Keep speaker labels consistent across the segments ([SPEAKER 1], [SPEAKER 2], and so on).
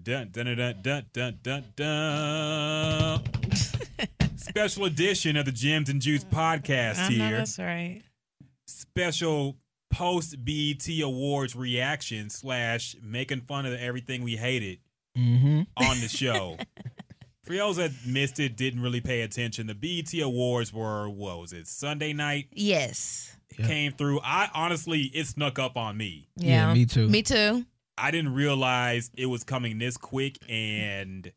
[SPEAKER 1] Dun dun dun dun dun dun dun. Special edition of the Gems and Juice podcast
[SPEAKER 2] I know
[SPEAKER 1] here.
[SPEAKER 2] that's right.
[SPEAKER 1] Special post BET Awards reaction slash making fun of everything we hated
[SPEAKER 3] Mm-hmm.
[SPEAKER 1] on the show. For those that missed it, didn't really pay attention, the BET Awards were what was it? Sunday night
[SPEAKER 2] Yes.
[SPEAKER 3] Yeah.
[SPEAKER 1] came through. I honestly, it snuck up on me.
[SPEAKER 3] Yeah, me too.
[SPEAKER 2] Me too.
[SPEAKER 1] I didn't realize it was coming this quick and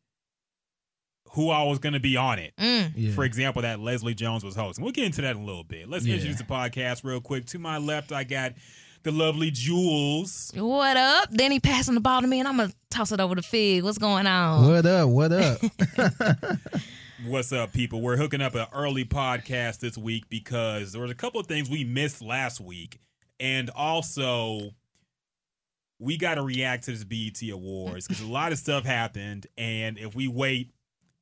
[SPEAKER 1] who I was going to be on it.
[SPEAKER 2] Mm.
[SPEAKER 3] Yeah.
[SPEAKER 1] For example, that Leslie Jones was hosting. We'll get into that in a little bit. Let's
[SPEAKER 3] Yeah.
[SPEAKER 1] introduce the podcast real quick. To my left, I got the lovely Jules.
[SPEAKER 2] What up? Then he passing the ball to me, and I'm gonna toss it over to Fig. What's going on?
[SPEAKER 3] What up? What up?
[SPEAKER 1] What's up, people? We're hooking up an early podcast this week because there was a couple of things we missed last week, and also we got to react to this BET Awards because a lot of stuff happened, and if we wait,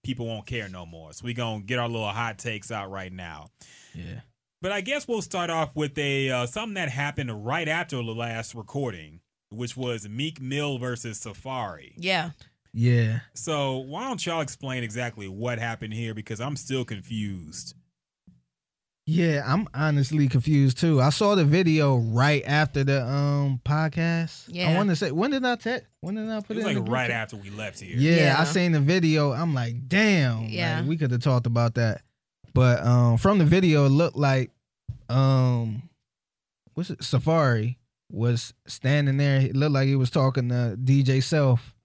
[SPEAKER 1] people won't care no more. So we gonna get our little hot takes out right now.
[SPEAKER 3] yeah.
[SPEAKER 1] But I guess we'll start off with a uh, something that happened right after the last recording, which was Meek Mill versus Safari.
[SPEAKER 2] Yeah.
[SPEAKER 3] Yeah.
[SPEAKER 1] So why don't y'all explain exactly what happened here? Because I'm still confused.
[SPEAKER 3] Yeah, I'm honestly confused too. I saw the video right after the um podcast. I
[SPEAKER 2] Yeah.
[SPEAKER 3] want to say when did I text? When did I
[SPEAKER 1] It
[SPEAKER 3] put
[SPEAKER 1] was
[SPEAKER 3] in
[SPEAKER 1] like
[SPEAKER 3] the group
[SPEAKER 1] right
[SPEAKER 3] chat?
[SPEAKER 1] after we left here.
[SPEAKER 3] Yeah, I
[SPEAKER 2] Yeah.
[SPEAKER 3] seen the video. I'm like, damn. Yeah,
[SPEAKER 2] Yeah.
[SPEAKER 3] we could have talked about that, but um, from the video, it looked like um, what's it? Safari was standing there. It looked like he was talking to DJ Self,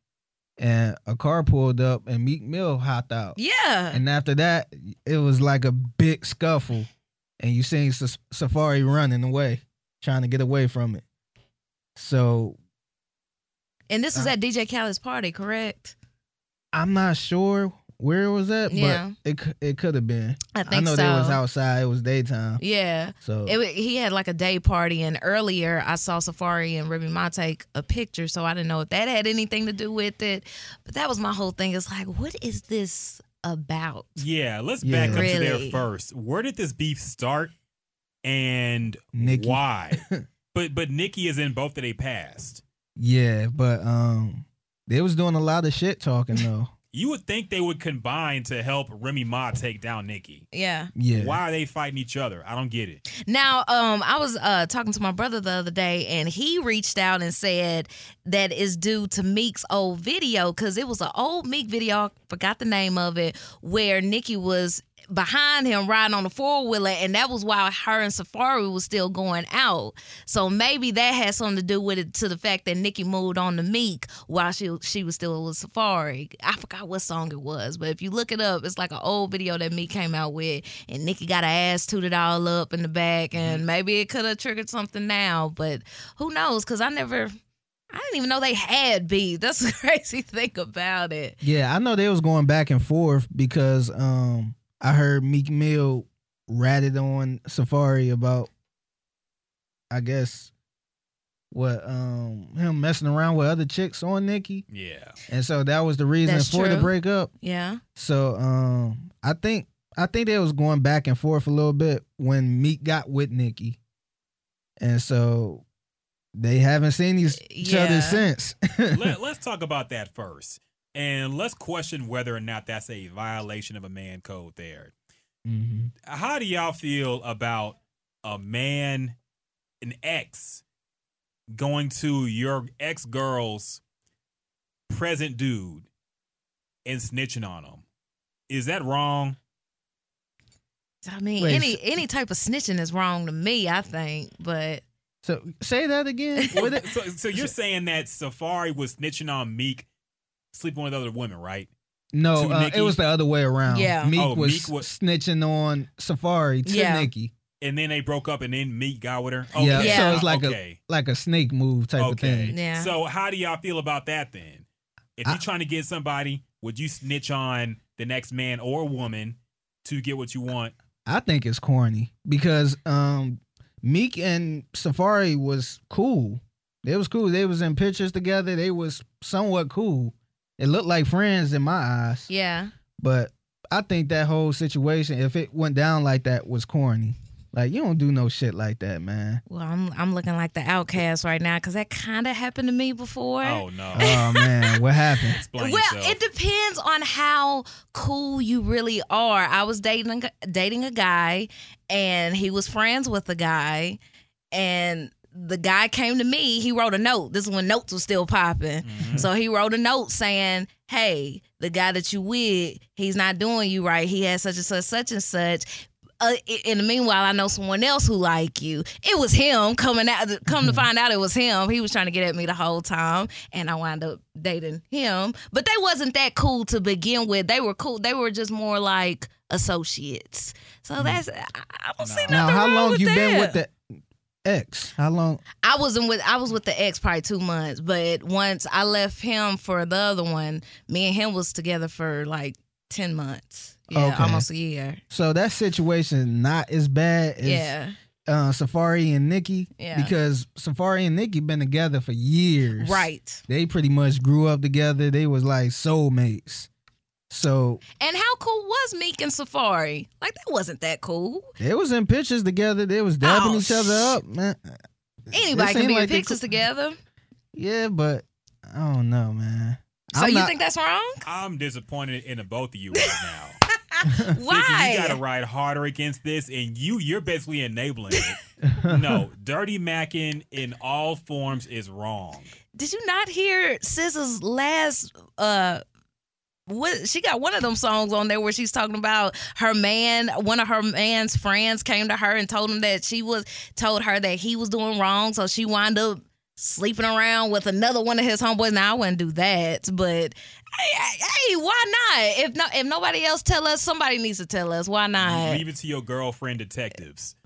[SPEAKER 3] and a car pulled up, and Meek Mill hopped out.
[SPEAKER 2] Yeah.
[SPEAKER 3] And after that, it was like a big scuffle, and you seen Sa- Safari running away, trying to get away from it. So
[SPEAKER 2] And this was
[SPEAKER 3] Uh.
[SPEAKER 2] at DJ Khaled's party, correct?
[SPEAKER 3] I'm not sure where it was at,
[SPEAKER 2] Yeah.
[SPEAKER 3] but it c- it could have been.
[SPEAKER 2] I think
[SPEAKER 3] know
[SPEAKER 2] so.
[SPEAKER 3] they was outside. It was daytime,
[SPEAKER 2] Yeah.
[SPEAKER 3] so
[SPEAKER 2] It, wa- he had like a day party, and earlier I saw Safari and Remy Ma take a picture, so I didn't know if that had anything to do with it. But that was my whole thing. It's like, what is this about?
[SPEAKER 1] Yeah, let's
[SPEAKER 3] Yeah.
[SPEAKER 1] back up to there
[SPEAKER 2] Really?
[SPEAKER 1] first. Where did this beef start, and
[SPEAKER 3] Nikki.
[SPEAKER 1] why? but but Nikki is in both that they passed.
[SPEAKER 3] yeah. But um, they was doing a lot of shit talking though.
[SPEAKER 1] You would think they would combine to help Remy Ma take down Nikki.
[SPEAKER 2] Yeah.
[SPEAKER 3] Yeah,
[SPEAKER 1] Why are they fighting each other? I don't get it.
[SPEAKER 2] Now, um, I was uh, talking to my brother the other day, and he reached out and said that is due to Meek's old video because it was an old Meek video. I forgot the name of it, where Nikki was behind him riding on the four wheeler, and that was while her and Safari was still going out. So maybe that had something to do with it, to the fact that Nikki moved on to Meek while she she was still with Safari. I forgot what song it was, but if you look it up, it's like an old video that Meek came out with, and Nikki got her ass tooted all up in the back, and
[SPEAKER 3] Mm-hmm.
[SPEAKER 2] maybe it could have triggered something now, but who knows? Because I never. I didn't even know they had beef. That's the crazy thing about it.
[SPEAKER 3] Yeah, I know they was going back and forth because um I heard Meek Mill ratted on Safari about I guess what um him messing around with other chicks on Nikki.
[SPEAKER 1] Yeah.
[SPEAKER 3] And so that was the reason
[SPEAKER 2] That's
[SPEAKER 3] for the
[SPEAKER 2] true.
[SPEAKER 3] breakup.
[SPEAKER 2] Yeah.
[SPEAKER 3] So um I think I think they was going back and forth a little bit when Meek got with Nikki. And so they haven't seen each
[SPEAKER 2] Yeah.
[SPEAKER 3] other since.
[SPEAKER 1] Let, let's talk about that first. And let's question whether or not that's a violation of a man code there.
[SPEAKER 3] Mhm.
[SPEAKER 1] How do y'all feel about a man, an ex, going to your ex girl's present dude and snitching on him? Is that wrong?
[SPEAKER 2] I mean,
[SPEAKER 3] Wait,
[SPEAKER 2] any
[SPEAKER 3] so-
[SPEAKER 2] any type of snitching is wrong to me. I think, but
[SPEAKER 3] So say that again. What it-
[SPEAKER 1] So, so you're saying that Safari was snitching on Meek, sleeping with other women, right?
[SPEAKER 3] No,
[SPEAKER 1] to
[SPEAKER 3] uh,
[SPEAKER 1] Nicki?
[SPEAKER 3] it was the other way around.
[SPEAKER 2] Yeah.
[SPEAKER 3] Meek,
[SPEAKER 1] Oh,
[SPEAKER 3] was
[SPEAKER 1] Meek was-
[SPEAKER 3] snitching on Safari to
[SPEAKER 2] Yeah.
[SPEAKER 3] Nikki,
[SPEAKER 1] And then they broke up, and then Meek got with her.
[SPEAKER 3] Yeah,
[SPEAKER 2] Yeah. so
[SPEAKER 3] it's like a-
[SPEAKER 1] okay.
[SPEAKER 3] like a snake move type of thing.
[SPEAKER 2] Yeah.
[SPEAKER 1] So how do y'all feel about that then? If
[SPEAKER 3] I-
[SPEAKER 1] you're trying to get somebody, would you snitch on the next man or woman to get what you want?
[SPEAKER 3] I think it's corny because um, Meek and Safari was cool. They was cool. They was in pictures together. They was somewhat cool. It looked like friends in my eyes.
[SPEAKER 2] yeah,
[SPEAKER 3] But I think that whole situation, if it went down like that, was corny. Like you don't do no shit like that, man.
[SPEAKER 2] Well, I'm I'm looking like the outcast right now because that kind of happened to me before.
[SPEAKER 1] Oh no.
[SPEAKER 3] Oh man, what happened?
[SPEAKER 1] Explain
[SPEAKER 2] well,
[SPEAKER 1] yourself.
[SPEAKER 2] it depends on how cool you really are. I was dating a- dating a guy, and he was friends with the guy, and the guy came to me. He wrote a note. This is when notes were still popping.
[SPEAKER 3] Mm-hmm.
[SPEAKER 1] Mhm.
[SPEAKER 2] So he wrote a note saying, "Hey, the guy that you with, he's not doing you right. He has such and such, such and such." Uh, i- in the meanwhile, I know someone else who like you. It was him coming out. Come to
[SPEAKER 3] Mm-hmm.
[SPEAKER 2] find out, it was him. He was trying to get at me the whole time, and I wound up dating him. But they wasn't that cool to begin with. They were cool. They were just more like associates. So that's I, I don't see
[SPEAKER 1] Nah.
[SPEAKER 2] nothing
[SPEAKER 3] Mm-hmm. Now, how
[SPEAKER 2] wrong
[SPEAKER 3] long
[SPEAKER 2] with
[SPEAKER 3] you been
[SPEAKER 2] that.
[SPEAKER 3] with the ex? How long?
[SPEAKER 2] I wasn't with I was with the ex probably two months, but once I left him for the other one, me and him was together for like ten months. Yeah,
[SPEAKER 3] Okay.
[SPEAKER 2] almost a year.
[SPEAKER 3] So that situation not as bad as
[SPEAKER 2] yeah.
[SPEAKER 3] uh, Safari and Nikki
[SPEAKER 2] Yeah.
[SPEAKER 3] because Safari and Nikki been together for years.
[SPEAKER 2] Right.
[SPEAKER 3] They pretty much grew up together. They was like soulmates. So
[SPEAKER 2] And how cool was Meek and Safari? Like that wasn't that cool.
[SPEAKER 3] they was in pictures together. They was dabbing
[SPEAKER 2] Oh,
[SPEAKER 3] each other
[SPEAKER 2] shit.
[SPEAKER 3] up, man.
[SPEAKER 2] Anybody
[SPEAKER 3] seem
[SPEAKER 2] can be
[SPEAKER 3] like
[SPEAKER 2] in
[SPEAKER 3] they
[SPEAKER 2] pictures
[SPEAKER 3] cool-
[SPEAKER 2] together.
[SPEAKER 3] Yeah, but I don't know, man.
[SPEAKER 2] So
[SPEAKER 3] I'm
[SPEAKER 2] you
[SPEAKER 3] not-
[SPEAKER 2] think that's wrong?
[SPEAKER 1] I'm disappointed in the both of you right now.
[SPEAKER 2] Why?
[SPEAKER 1] Vicky, you gotta ride harder against this, and you you're basically enabling it. no, dirty macking in all forms is wrong.
[SPEAKER 2] Did you not hear Scissor's last uh what she got one of them songs on there where she's talking about her man one of her man's friends came to her and told him that she was told her that he was doing wrong so she wound up sleeping around with another one of his homeboys now i wouldn't do that but hey, hey why not if no if nobody else tell us somebody needs to tell us why not
[SPEAKER 1] Leave it to your girlfriend detectives.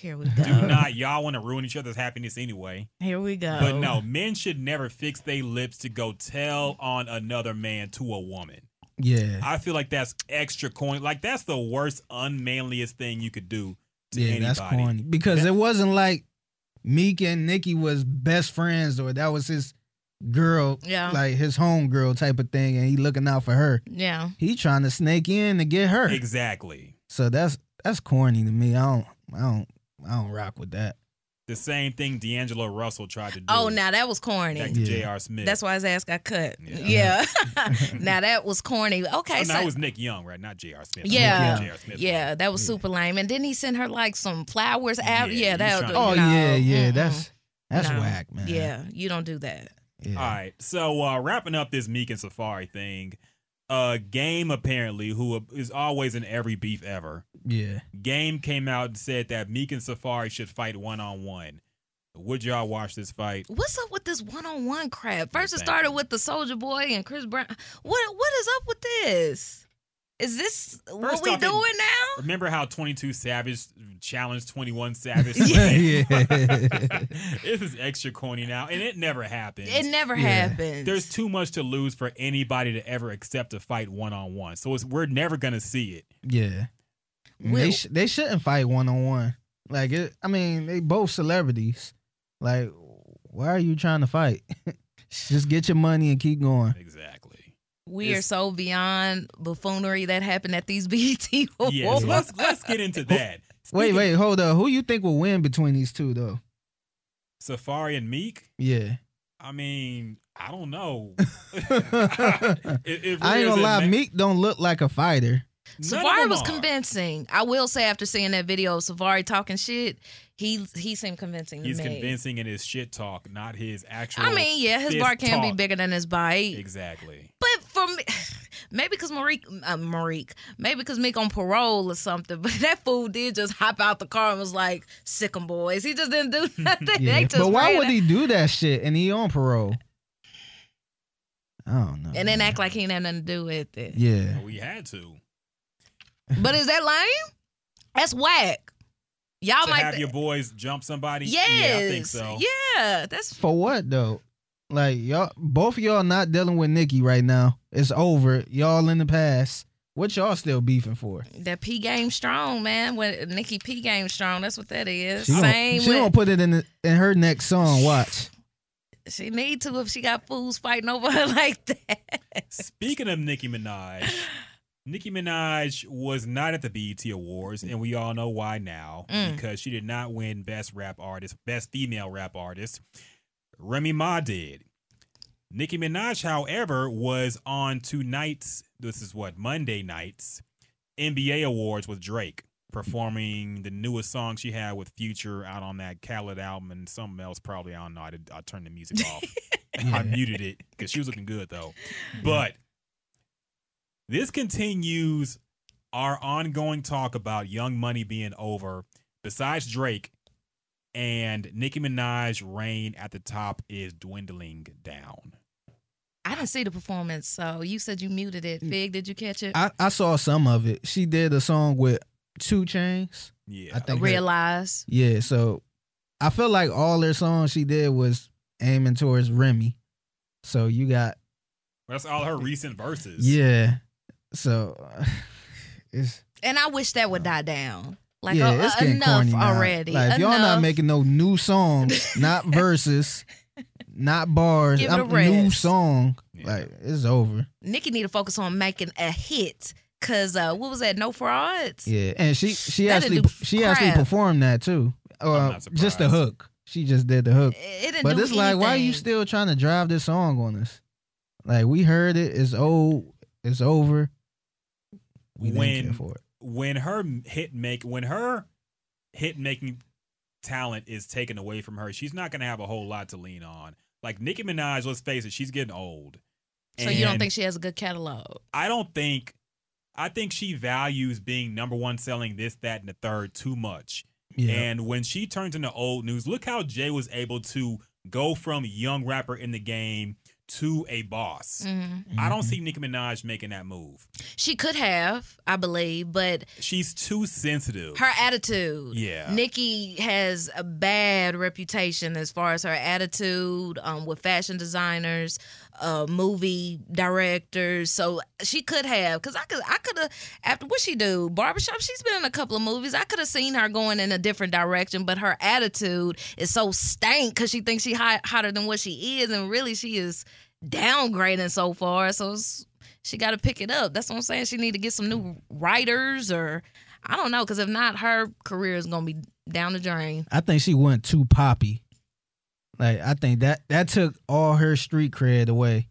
[SPEAKER 2] here we go
[SPEAKER 1] Do not y'all want to ruin each other's happiness anyway.
[SPEAKER 2] here we go
[SPEAKER 1] But no, men should never fix their lips to go tell on another man to a woman.
[SPEAKER 3] yeah,
[SPEAKER 1] I feel like that's extra coin. Like that's the worst, unmanliest thing you could do to
[SPEAKER 3] yeah,
[SPEAKER 1] anybody.
[SPEAKER 3] that's corny because it wasn't like Meek and Nikki was best friends or that was his girl,
[SPEAKER 2] Yeah.
[SPEAKER 3] like his homegirl type of thing, and he looking out for her.
[SPEAKER 2] yeah
[SPEAKER 3] He trying to snake in to get her.
[SPEAKER 1] Exactly.
[SPEAKER 3] So that's that's corny to me. I don't, I don't, I don't rock with that.
[SPEAKER 1] The same thing D'Angelo Russell tried to do.
[SPEAKER 2] oh now that was corny
[SPEAKER 1] back
[SPEAKER 3] Yeah.
[SPEAKER 1] to J.R. Smith.
[SPEAKER 2] That's why his ass got cut.
[SPEAKER 1] Yeah.
[SPEAKER 2] Yeah. now that was corny. Okay,
[SPEAKER 1] Oh,
[SPEAKER 2] so
[SPEAKER 1] no, it was Nick Young, right? Not J.R. Smith.
[SPEAKER 2] Yeah.
[SPEAKER 1] J.R. Smith.
[SPEAKER 2] yeah, that was
[SPEAKER 3] Yeah.
[SPEAKER 2] super lame. And didn't he send her like some flowers out?
[SPEAKER 1] Yeah,
[SPEAKER 2] Yeah,
[SPEAKER 1] you
[SPEAKER 2] that.
[SPEAKER 1] tryna-
[SPEAKER 2] Was,
[SPEAKER 3] Oh
[SPEAKER 2] no,
[SPEAKER 3] yeah, yeah,
[SPEAKER 2] mm-mm.
[SPEAKER 3] that's that's
[SPEAKER 2] No.
[SPEAKER 3] whack, man.
[SPEAKER 2] Yeah, you don't do that.
[SPEAKER 3] yeah.
[SPEAKER 1] All right. So uh, wrapping up this Meek and Safari thing, uh, Game apparently, who is always in every beef ever,
[SPEAKER 3] yeah.
[SPEAKER 1] Game came out and said that Meek and Safari should fight one on one. Would y'all watch this fight?
[SPEAKER 2] What's up with this one on one crap? First, it
[SPEAKER 1] Thank
[SPEAKER 2] started
[SPEAKER 1] you.
[SPEAKER 2] with the Soldier Boy and Chris Brown. What What is up with this? Is this
[SPEAKER 1] First
[SPEAKER 2] what we
[SPEAKER 1] off, it-
[SPEAKER 2] doing now?
[SPEAKER 1] Remember how 22 Savage challenged 21 Savage?
[SPEAKER 3] Yeah.
[SPEAKER 1] this is extra corny now, and it never happened.
[SPEAKER 2] It never
[SPEAKER 3] Yeah.
[SPEAKER 2] happens.
[SPEAKER 1] There's too much to lose for anybody to ever accept a fight one on one. So it's, we're never going to see it.
[SPEAKER 3] Yeah.
[SPEAKER 2] Will-
[SPEAKER 3] They sh- they shouldn't fight one on one. Like it, I mean, they both celebrities. Like, why are you trying to fight? Just get your money and keep going.
[SPEAKER 1] Exactly.
[SPEAKER 2] we
[SPEAKER 1] it's-
[SPEAKER 2] are so beyond buffoonery that happened at these BT
[SPEAKER 3] Oh,
[SPEAKER 2] awards.
[SPEAKER 1] Yeah, so let's, let's get into that.
[SPEAKER 3] Wait,
[SPEAKER 1] Speaking-
[SPEAKER 3] wait, hold up. Who you think will win between these two though?
[SPEAKER 1] Safari and Meek?
[SPEAKER 3] Yeah.
[SPEAKER 1] I mean, I don't know. it,
[SPEAKER 3] I
[SPEAKER 1] it really
[SPEAKER 3] ain't gonna
[SPEAKER 1] doesn't
[SPEAKER 3] lie,
[SPEAKER 1] make-
[SPEAKER 3] Meek don't look like a fighter.
[SPEAKER 1] none of
[SPEAKER 2] Savari
[SPEAKER 1] them
[SPEAKER 2] was
[SPEAKER 1] are.
[SPEAKER 2] convincing. I will say after seeing that video of Savari talking shit, he he seemed convincing
[SPEAKER 1] He's
[SPEAKER 2] to me.
[SPEAKER 1] convincing in his shit talk, not his actual.
[SPEAKER 2] I mean, yeah, his
[SPEAKER 1] fist
[SPEAKER 2] bar can be
[SPEAKER 1] talk.
[SPEAKER 2] bigger than his bite,
[SPEAKER 1] exactly.
[SPEAKER 2] but for me, maybe because Marique, uh, Marique, maybe because Meek on parole or something. But that fool did just hop out the car and was like, "Sick 'em boys." He just didn't do nothing. They
[SPEAKER 3] Yeah.
[SPEAKER 2] just
[SPEAKER 3] But why
[SPEAKER 2] ran
[SPEAKER 3] would
[SPEAKER 2] out
[SPEAKER 3] he do that shit and he on parole? I don't know.
[SPEAKER 2] And then
[SPEAKER 3] man.
[SPEAKER 2] act like he didn't have nothing to do with it.
[SPEAKER 3] Yeah.
[SPEAKER 1] We had to.
[SPEAKER 2] But is that lame? That's whack. Y'all
[SPEAKER 1] to
[SPEAKER 2] might
[SPEAKER 1] have
[SPEAKER 2] th-
[SPEAKER 1] your boys jump somebody?
[SPEAKER 2] yes,
[SPEAKER 1] Yeah, I think so.
[SPEAKER 2] Yeah, that's
[SPEAKER 3] For what though? Like y'all, both of y'all not dealing with Nikki right now. It's over. Y'all in the past. What y'all still beefing for?
[SPEAKER 2] That P game strong, man. When Nikki P game strong, that's what that is.
[SPEAKER 3] She
[SPEAKER 2] Same.
[SPEAKER 3] Gonna, she
[SPEAKER 2] with-
[SPEAKER 3] gonna put it in the, in her next song. Watch.
[SPEAKER 2] she need to if she got fools fighting over her like that.
[SPEAKER 1] Speaking of Nicki Minaj, Nicki Minaj was not at the BET Awards, and we all know why now
[SPEAKER 2] Mm.
[SPEAKER 1] because she did not win Best Rap Artist, Best Female Rap Artist. Remy Ma did. Nicki Minaj, however, was on tonight's, this is what, Monday night's NBA Awards with Drake, performing the newest song she had with Future out on that Khaled album and something else, probably. I don't know. I, did, I turned the music off. I muted it because she was looking good though. But this continues our ongoing talk about Young Money being over. Besides Drake and Nicki Minaj, reign at the top is dwindling down.
[SPEAKER 2] I didn't see the performance, so you said you muted it. Big, did you catch it?
[SPEAKER 3] Mm. I, I saw some of it. She did a song with Two Chains.
[SPEAKER 1] Yeah,
[SPEAKER 3] I think that-
[SPEAKER 2] Realize.
[SPEAKER 3] Yeah, so I feel like all her songs she did was aiming towards Remy. So you got
[SPEAKER 1] that's all her recent verses.
[SPEAKER 3] yeah. So it's
[SPEAKER 2] And I wish that would die down. Like
[SPEAKER 3] yeah,
[SPEAKER 2] uh,
[SPEAKER 3] it's
[SPEAKER 2] uh,
[SPEAKER 3] getting
[SPEAKER 2] enough
[SPEAKER 3] corny now.
[SPEAKER 2] already.
[SPEAKER 3] Like if y'all
[SPEAKER 2] enough.
[SPEAKER 3] not making no new songs, not verses, not bars,
[SPEAKER 2] Give it a
[SPEAKER 3] I'm, new
[SPEAKER 2] rest.
[SPEAKER 3] song,
[SPEAKER 1] Yeah.
[SPEAKER 3] like it's over.
[SPEAKER 2] Nikki need to focus on making a hit. Cause uh, what was that? No frauds.
[SPEAKER 3] Yeah, and she she
[SPEAKER 2] That'd
[SPEAKER 3] actually
[SPEAKER 2] do
[SPEAKER 3] she
[SPEAKER 2] crap.
[SPEAKER 3] actually performed that too. Uh,
[SPEAKER 1] not
[SPEAKER 3] just the
[SPEAKER 1] surprised.
[SPEAKER 3] hook. She just did the hook.
[SPEAKER 2] It didn't
[SPEAKER 3] But
[SPEAKER 2] do
[SPEAKER 3] it's like, why are you
[SPEAKER 2] anything.
[SPEAKER 3] still trying to drive this song on us? Like we heard it, it's old, it's over. We didn't care
[SPEAKER 1] when
[SPEAKER 3] for it.
[SPEAKER 1] when her hit make when her hit making talent is taken away from her, she's not gonna have a whole lot to lean on. Like Nicki Minaj, let's face it, she's getting old.
[SPEAKER 2] So you don't
[SPEAKER 1] And-
[SPEAKER 2] think she has a good catalog?
[SPEAKER 1] I don't think I think she values being number one selling this, that, and the third too much.
[SPEAKER 3] Yeah,
[SPEAKER 1] And when she turns into old news, look how Jay was able to go from young rapper in the game to a boss. I
[SPEAKER 2] Mhm.
[SPEAKER 3] Mm-hmm.
[SPEAKER 1] don't see Nicki Minaj making that move.
[SPEAKER 2] She could have, I believe, but
[SPEAKER 1] She's too sensitive.
[SPEAKER 2] her attitude.
[SPEAKER 1] yeah.
[SPEAKER 2] Nikki has a bad reputation as far as her attitude um, with fashion designers, uh, movie directors. So she could have, because I could, I could have after what she do barbershop. She's been in a couple of movies. I could have seen her going in a different direction, but her attitude is so stank because she thinks she hot, hotter than what she is, and really she is downgrading so far. So it's, she got to pick it up. That's what I'm saying. She need to get some new writers or. I don't know, because if not, her career is gonna be down the drain.
[SPEAKER 3] I think she went too poppy. Like I think that that took all her street cred away.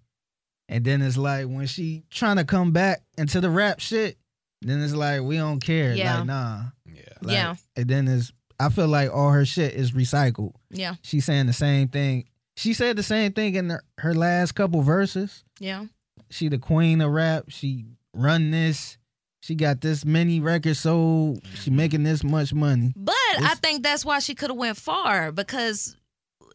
[SPEAKER 3] And then it's like when she trying to come back into the rap shit, then it's like we don't care.
[SPEAKER 2] Yeah.
[SPEAKER 3] Like nah.
[SPEAKER 1] yeah.
[SPEAKER 3] Like,
[SPEAKER 2] Yeah.
[SPEAKER 3] And then it's I feel like all her shit is recycled.
[SPEAKER 2] Yeah,
[SPEAKER 3] She's saying the same thing. She said the same thing in her, her last couple verses.
[SPEAKER 2] yeah.
[SPEAKER 3] she the queen of rap. She run this. She got this many records sold. She making this much money.
[SPEAKER 2] But I
[SPEAKER 3] It's-
[SPEAKER 2] think that's why she could have went far because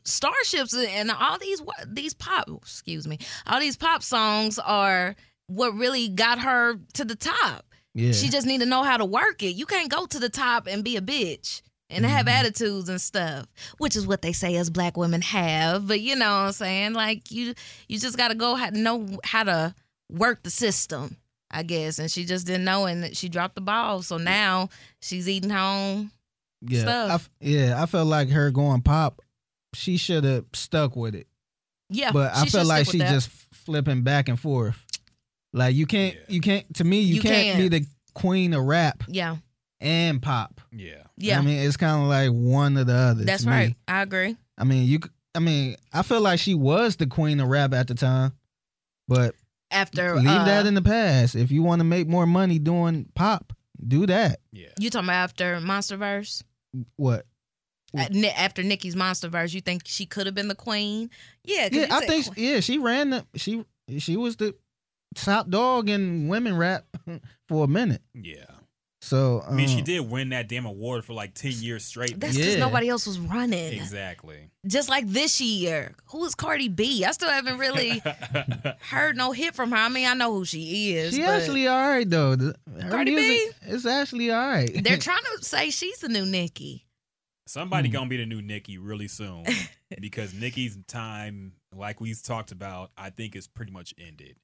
[SPEAKER 2] starships and all these wa- these pop excuse me all these pop songs are what really got her to the top.
[SPEAKER 3] Yeah,
[SPEAKER 2] She just need to know how to work it. You can't go to the top and be a bitch and have
[SPEAKER 3] Mhm.
[SPEAKER 2] attitudes and stuff, which is what they say us black women have. But you know what I'm saying? Like you you just got to go ha- know how to work the system, I guess. And she just didn't know and she dropped the ball. So now she's eating home.
[SPEAKER 3] yeah,
[SPEAKER 2] stuff.
[SPEAKER 3] I f- yeah. I felt like her going pop. She should have stuck with it,
[SPEAKER 2] Yeah.
[SPEAKER 3] but I
[SPEAKER 2] should
[SPEAKER 3] feel like
[SPEAKER 2] stick with
[SPEAKER 3] she
[SPEAKER 2] that.
[SPEAKER 3] just flipping back and forth. Like you can't,
[SPEAKER 1] Yeah.
[SPEAKER 3] you can't. To me, you,
[SPEAKER 2] You
[SPEAKER 3] can't, be the queen of rap
[SPEAKER 2] Yeah.
[SPEAKER 3] and pop.
[SPEAKER 1] Yeah.
[SPEAKER 3] You know
[SPEAKER 2] Yeah.
[SPEAKER 3] what I mean, it's kind of like one or the other.
[SPEAKER 2] That's
[SPEAKER 3] to me.
[SPEAKER 2] right. I agree.
[SPEAKER 3] I mean, you. c- I mean, I feel like she was the queen of rap at the time, but
[SPEAKER 2] After
[SPEAKER 3] leave
[SPEAKER 2] uh,
[SPEAKER 3] that in the past. If you want to make more money doing pop, do that.
[SPEAKER 1] Yeah.
[SPEAKER 2] you talking about after Monsterverse?
[SPEAKER 3] What?
[SPEAKER 2] At Ni- After Nicki's Monsterverse, you think she could have been the queen? Yeah, 'cause
[SPEAKER 3] Yeah,
[SPEAKER 2] you
[SPEAKER 3] I
[SPEAKER 2] said
[SPEAKER 3] think
[SPEAKER 2] queen.
[SPEAKER 3] yeah, she ran the she she was the top dog in women rap for a minute.
[SPEAKER 1] Yeah.
[SPEAKER 3] So
[SPEAKER 1] I mean, she
[SPEAKER 3] um,
[SPEAKER 1] did win that damn award for like 10 years straight.
[SPEAKER 2] Uh. That's because
[SPEAKER 3] Yeah.
[SPEAKER 2] nobody else was running.
[SPEAKER 1] exactly.
[SPEAKER 2] Just like this year. Who is Cardi B? I still haven't really heard no hit from her. I mean, I know who she is.
[SPEAKER 3] She
[SPEAKER 2] but
[SPEAKER 3] actually all right though. The- Her
[SPEAKER 2] Cardi B?
[SPEAKER 3] music is actually all right.
[SPEAKER 2] They're trying to say she's the new Nicki.
[SPEAKER 1] Somebody
[SPEAKER 3] Hmm.
[SPEAKER 1] gonna be the new Nikki really soon because Nikki's time, like we've talked about, I think is pretty much ended.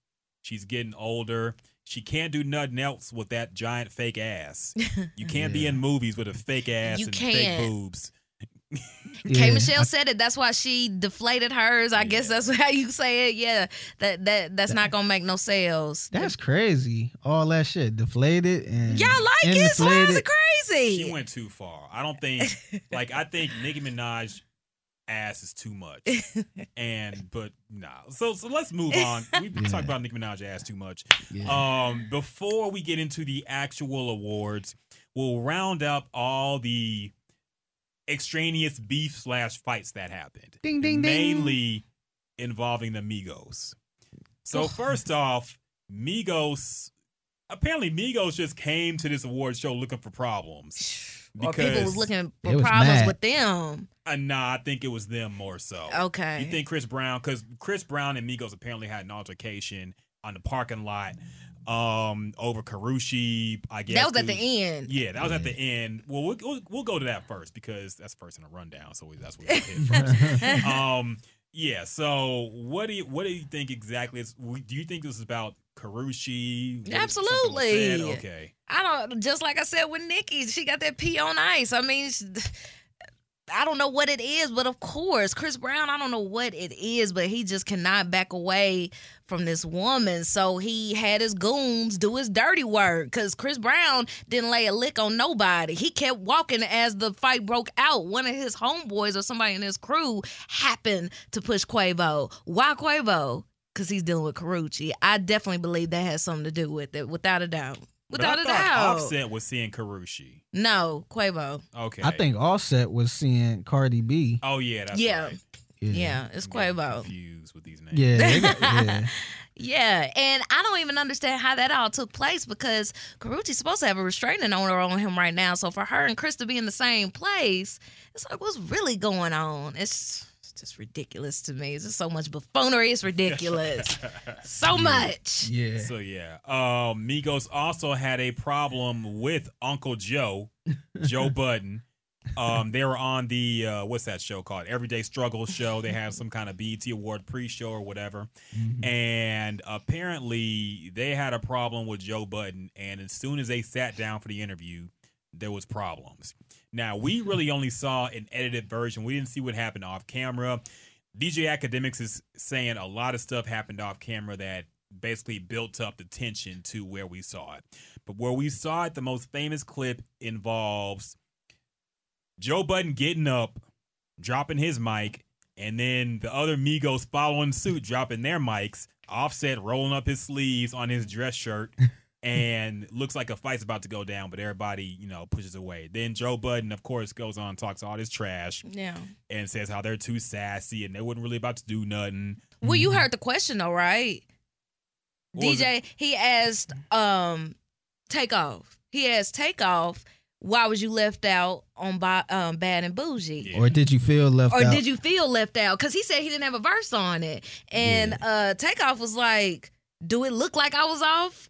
[SPEAKER 1] She's getting older. She can't do nothing else with that giant fake ass. You can't be
[SPEAKER 3] Yeah.
[SPEAKER 1] in movies with a fake ass
[SPEAKER 2] You
[SPEAKER 1] and fake
[SPEAKER 2] can't.
[SPEAKER 1] boobs.
[SPEAKER 2] K.
[SPEAKER 3] Yeah.
[SPEAKER 2] Michelle said it. That's why she deflated hers. I guess
[SPEAKER 1] Yeah.
[SPEAKER 2] that's how you say it. Yeah, that that that's not gonna make no sales.
[SPEAKER 3] That's crazy. All that shit deflated and
[SPEAKER 2] Y'all like it? So Why is it crazy?
[SPEAKER 1] She went too far. I don't think like I think Nicki Minaj ass is too much. and but nah. So so let's move on. We've been
[SPEAKER 3] Yeah.
[SPEAKER 1] talking about Nicki Minaj ass too much.
[SPEAKER 2] Mm-hmm.
[SPEAKER 3] Yeah.
[SPEAKER 1] Um before we get into the actual awards, we'll round up all the extraneous beef slash fights that happened.
[SPEAKER 3] Ding, ding, ding.
[SPEAKER 1] Mainly involving the Migos. So first off, Migos apparently Migos just came to this award show looking for problems.
[SPEAKER 2] or people was
[SPEAKER 1] because-
[SPEAKER 2] looking
[SPEAKER 3] They
[SPEAKER 2] for
[SPEAKER 3] was
[SPEAKER 2] problems
[SPEAKER 3] mad.
[SPEAKER 2] with them.
[SPEAKER 1] Uh, nah, I think it was them more so.
[SPEAKER 2] Okay.
[SPEAKER 1] You think Chris Brown? Because Chris Brown and Migos apparently had an altercation on the parking lot um, over Karushi. I guess
[SPEAKER 2] that was at the
[SPEAKER 1] who's-
[SPEAKER 2] end.
[SPEAKER 1] Yeah, that was at the
[SPEAKER 3] Yeah.
[SPEAKER 1] end. Well, we'll we'll, we'll go to that first because that's first in a rundown, so we, that's what we hit first.
[SPEAKER 2] Oh.
[SPEAKER 1] um, yeah. So what do you what do you think exactly? Is, do you think this is about Karushi? What- something was
[SPEAKER 2] Absolutely.
[SPEAKER 1] said? Okay.
[SPEAKER 2] I don't. Just like I said with Nikki, she got that pee on ice. I mean. She, I don't know what it is, but of course, Chris Brown, I don't know what it is, but he just cannot back away from this woman. So he had his goons do his dirty work because Chris Brown didn't lay a lick on nobody. He kept walking as the fight broke out. One of his homeboys or somebody in his crew happened to push Quavo. Why Quavo? Because he's dealing with Carucci. I definitely believe that has something to do with it, without a doubt.
[SPEAKER 1] But I
[SPEAKER 2] Without a
[SPEAKER 1] thought
[SPEAKER 2] doubt.
[SPEAKER 1] Offset was seeing Karushi.
[SPEAKER 2] No, Quavo.
[SPEAKER 1] Okay.
[SPEAKER 3] I think Offset was seeing Cardi B.
[SPEAKER 1] Oh yeah. That's
[SPEAKER 2] Yeah.
[SPEAKER 1] right.
[SPEAKER 2] Yeah, it's
[SPEAKER 1] I'm getting
[SPEAKER 2] Quavo.
[SPEAKER 1] Confused with these names.
[SPEAKER 3] Yeah, they got- yeah.
[SPEAKER 2] Yeah, and I don't even understand how that all took place because Karuchi's supposed to have a restraining order on him right now. So for her and Chris to be in the same place, it's like what's really going on? It's it's just ridiculous to me. It's just so much buffoonery. It's ridiculous. so much.
[SPEAKER 3] yeah.
[SPEAKER 1] So yeah, uh, Migos also had a problem with Uncle Joe, Joe Budden. Um, they were on the uh, what's that show called? Everyday Struggle show. They had some kind of BET Award pre-show or whatever,
[SPEAKER 3] Mhm.
[SPEAKER 1] and apparently they had a problem with Joe Budden. And as soon as they sat down for the interview, there was problems. Now we really only saw an edited version. We didn't see what happened off camera. DJ Academics is saying a lot of stuff happened off camera that basically built up the tension to where we saw it. But where we saw it, the most famous clip involves Joe Budden getting up, dropping his mic, and then the other Migos following suit, dropping their mics, offset rolling up his sleeves on his dress shirt. And looks like a fight's about to go down, but everybody, you know, pushes away. Then Joe Budden, of course, goes on and talks all this trash
[SPEAKER 2] Yeah.
[SPEAKER 1] and says how they're too sassy and they wasn't really about to do nothing.
[SPEAKER 2] Well, you heard the question though, right?
[SPEAKER 1] Mm-hmm. What was
[SPEAKER 2] DJ, he asked um Takeoff. He asked Takeoff, why was you left out on Bo- um, Bad and Bougie?
[SPEAKER 1] Yeah.
[SPEAKER 3] Or did you feel left
[SPEAKER 2] or
[SPEAKER 3] out?
[SPEAKER 2] did you feel left out? Because he said he didn't have a verse on it, and uh Takeoff was like, "Do it look like I was off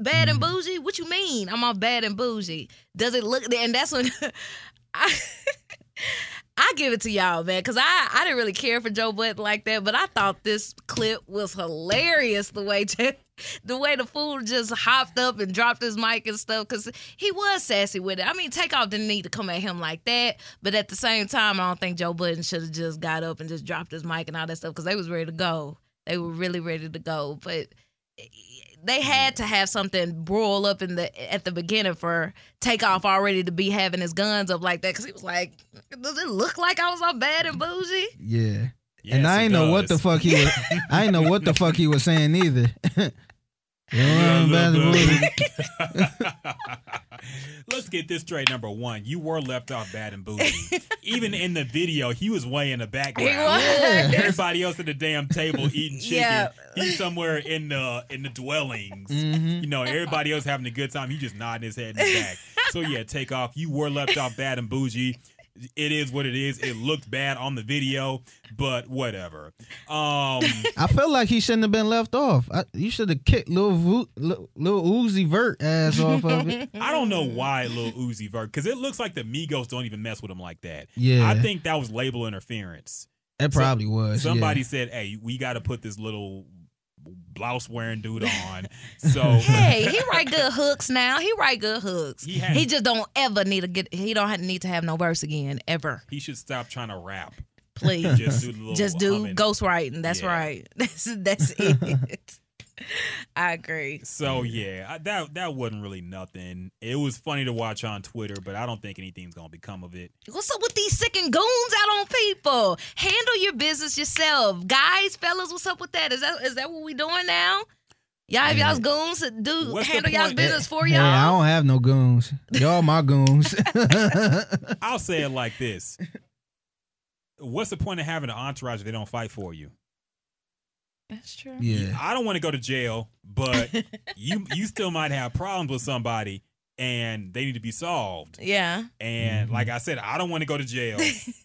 [SPEAKER 2] bad and
[SPEAKER 3] Mhm.
[SPEAKER 2] bougie? What you mean? I'm off bad and bougie? Does it look?" And that's when I. I give it to y'all, man, because I, I didn't really care for Joe Budden like that, but I thought this clip was hilarious the way the way the fool just hopped up and dropped his mic and stuff because he was sassy with it. I mean, Takeoff didn't need to come at him like that, but at the same time, I don't think Joe Budden should have just got up and just dropped his mic and all that stuff because they was ready to go. They were really ready to go, but they had to have something broil up in the at the beginning for Takeoff already to be having his guns up like that because he was like, "Does it look like I was all bad and bougie?"
[SPEAKER 3] yeah.
[SPEAKER 1] Yes,
[SPEAKER 3] and I
[SPEAKER 1] it
[SPEAKER 3] ain't know what
[SPEAKER 1] does.
[SPEAKER 3] the fuck he was. I ain't know what the fuck he was saying either. You
[SPEAKER 1] Yeah,
[SPEAKER 3] know,
[SPEAKER 1] little
[SPEAKER 3] bad boy.
[SPEAKER 1] booty. Let's get this straight. Number one, you were left off bad and bougie. Even in the video, he was way in the background.
[SPEAKER 2] He was.
[SPEAKER 3] Yeah.
[SPEAKER 1] Everybody else at the damn table eating chicken.
[SPEAKER 2] Yeah.
[SPEAKER 1] He's somewhere in the in the dwellings.
[SPEAKER 3] Mhm.
[SPEAKER 1] You know, everybody else having a good time. He just nodding his head in the back. So yeah, take off. You were left off bad and bougie. It is what it is. It looked bad on the video, but whatever. Um,
[SPEAKER 3] I felt like he shouldn't have been left off. I, you should have kicked little Vu, Lil Lil Uzi Vert ass off of it.
[SPEAKER 1] I don't know
[SPEAKER 2] Mm.
[SPEAKER 1] why Lil Uzi Vert, because it looks like the Migos don't even mess with him like that.
[SPEAKER 3] Yeah,
[SPEAKER 1] I think that was label interference.
[SPEAKER 3] that probably was. yeah.
[SPEAKER 1] Somebody said, "Hey, we got to put this little blouse wearing dude on. So
[SPEAKER 2] Hey, he write good hooks now. He write good hooks.
[SPEAKER 1] He
[SPEAKER 2] He,
[SPEAKER 1] has-
[SPEAKER 2] just don't ever need to get. He don't have, need to have no verse again ever.
[SPEAKER 1] he should stop trying to rap.
[SPEAKER 2] Please,
[SPEAKER 1] Just do the little
[SPEAKER 2] just do
[SPEAKER 1] humming.
[SPEAKER 2] ghostwriting. That's
[SPEAKER 1] Yeah.
[SPEAKER 2] right. That's that's it. I agree.
[SPEAKER 1] So yeah, I, that that wasn't really nothing. It was funny to watch on Twitter, but I don't think anything's gonna become of it.
[SPEAKER 2] What's up with these sicking goons out on people? Handle your business yourself, guys, fellas. What's up with that? Is that is that what we doing now? Y'all have y'all's goons that do
[SPEAKER 1] What's the
[SPEAKER 2] handle y'all's
[SPEAKER 1] point?
[SPEAKER 2] business for
[SPEAKER 3] Hey, I
[SPEAKER 2] y'all.
[SPEAKER 3] don't have no goons. Y'all my goons.
[SPEAKER 1] I'll say it like this: What's the point of having an entourage if they don't fight for you?
[SPEAKER 2] That's true.
[SPEAKER 3] yeah.
[SPEAKER 1] I don't want to go to jail, but you you still might have problems with somebody, and they need to be solved.
[SPEAKER 2] Yeah.
[SPEAKER 1] And
[SPEAKER 3] Mhm.
[SPEAKER 1] like I said, I don't want to go to jail.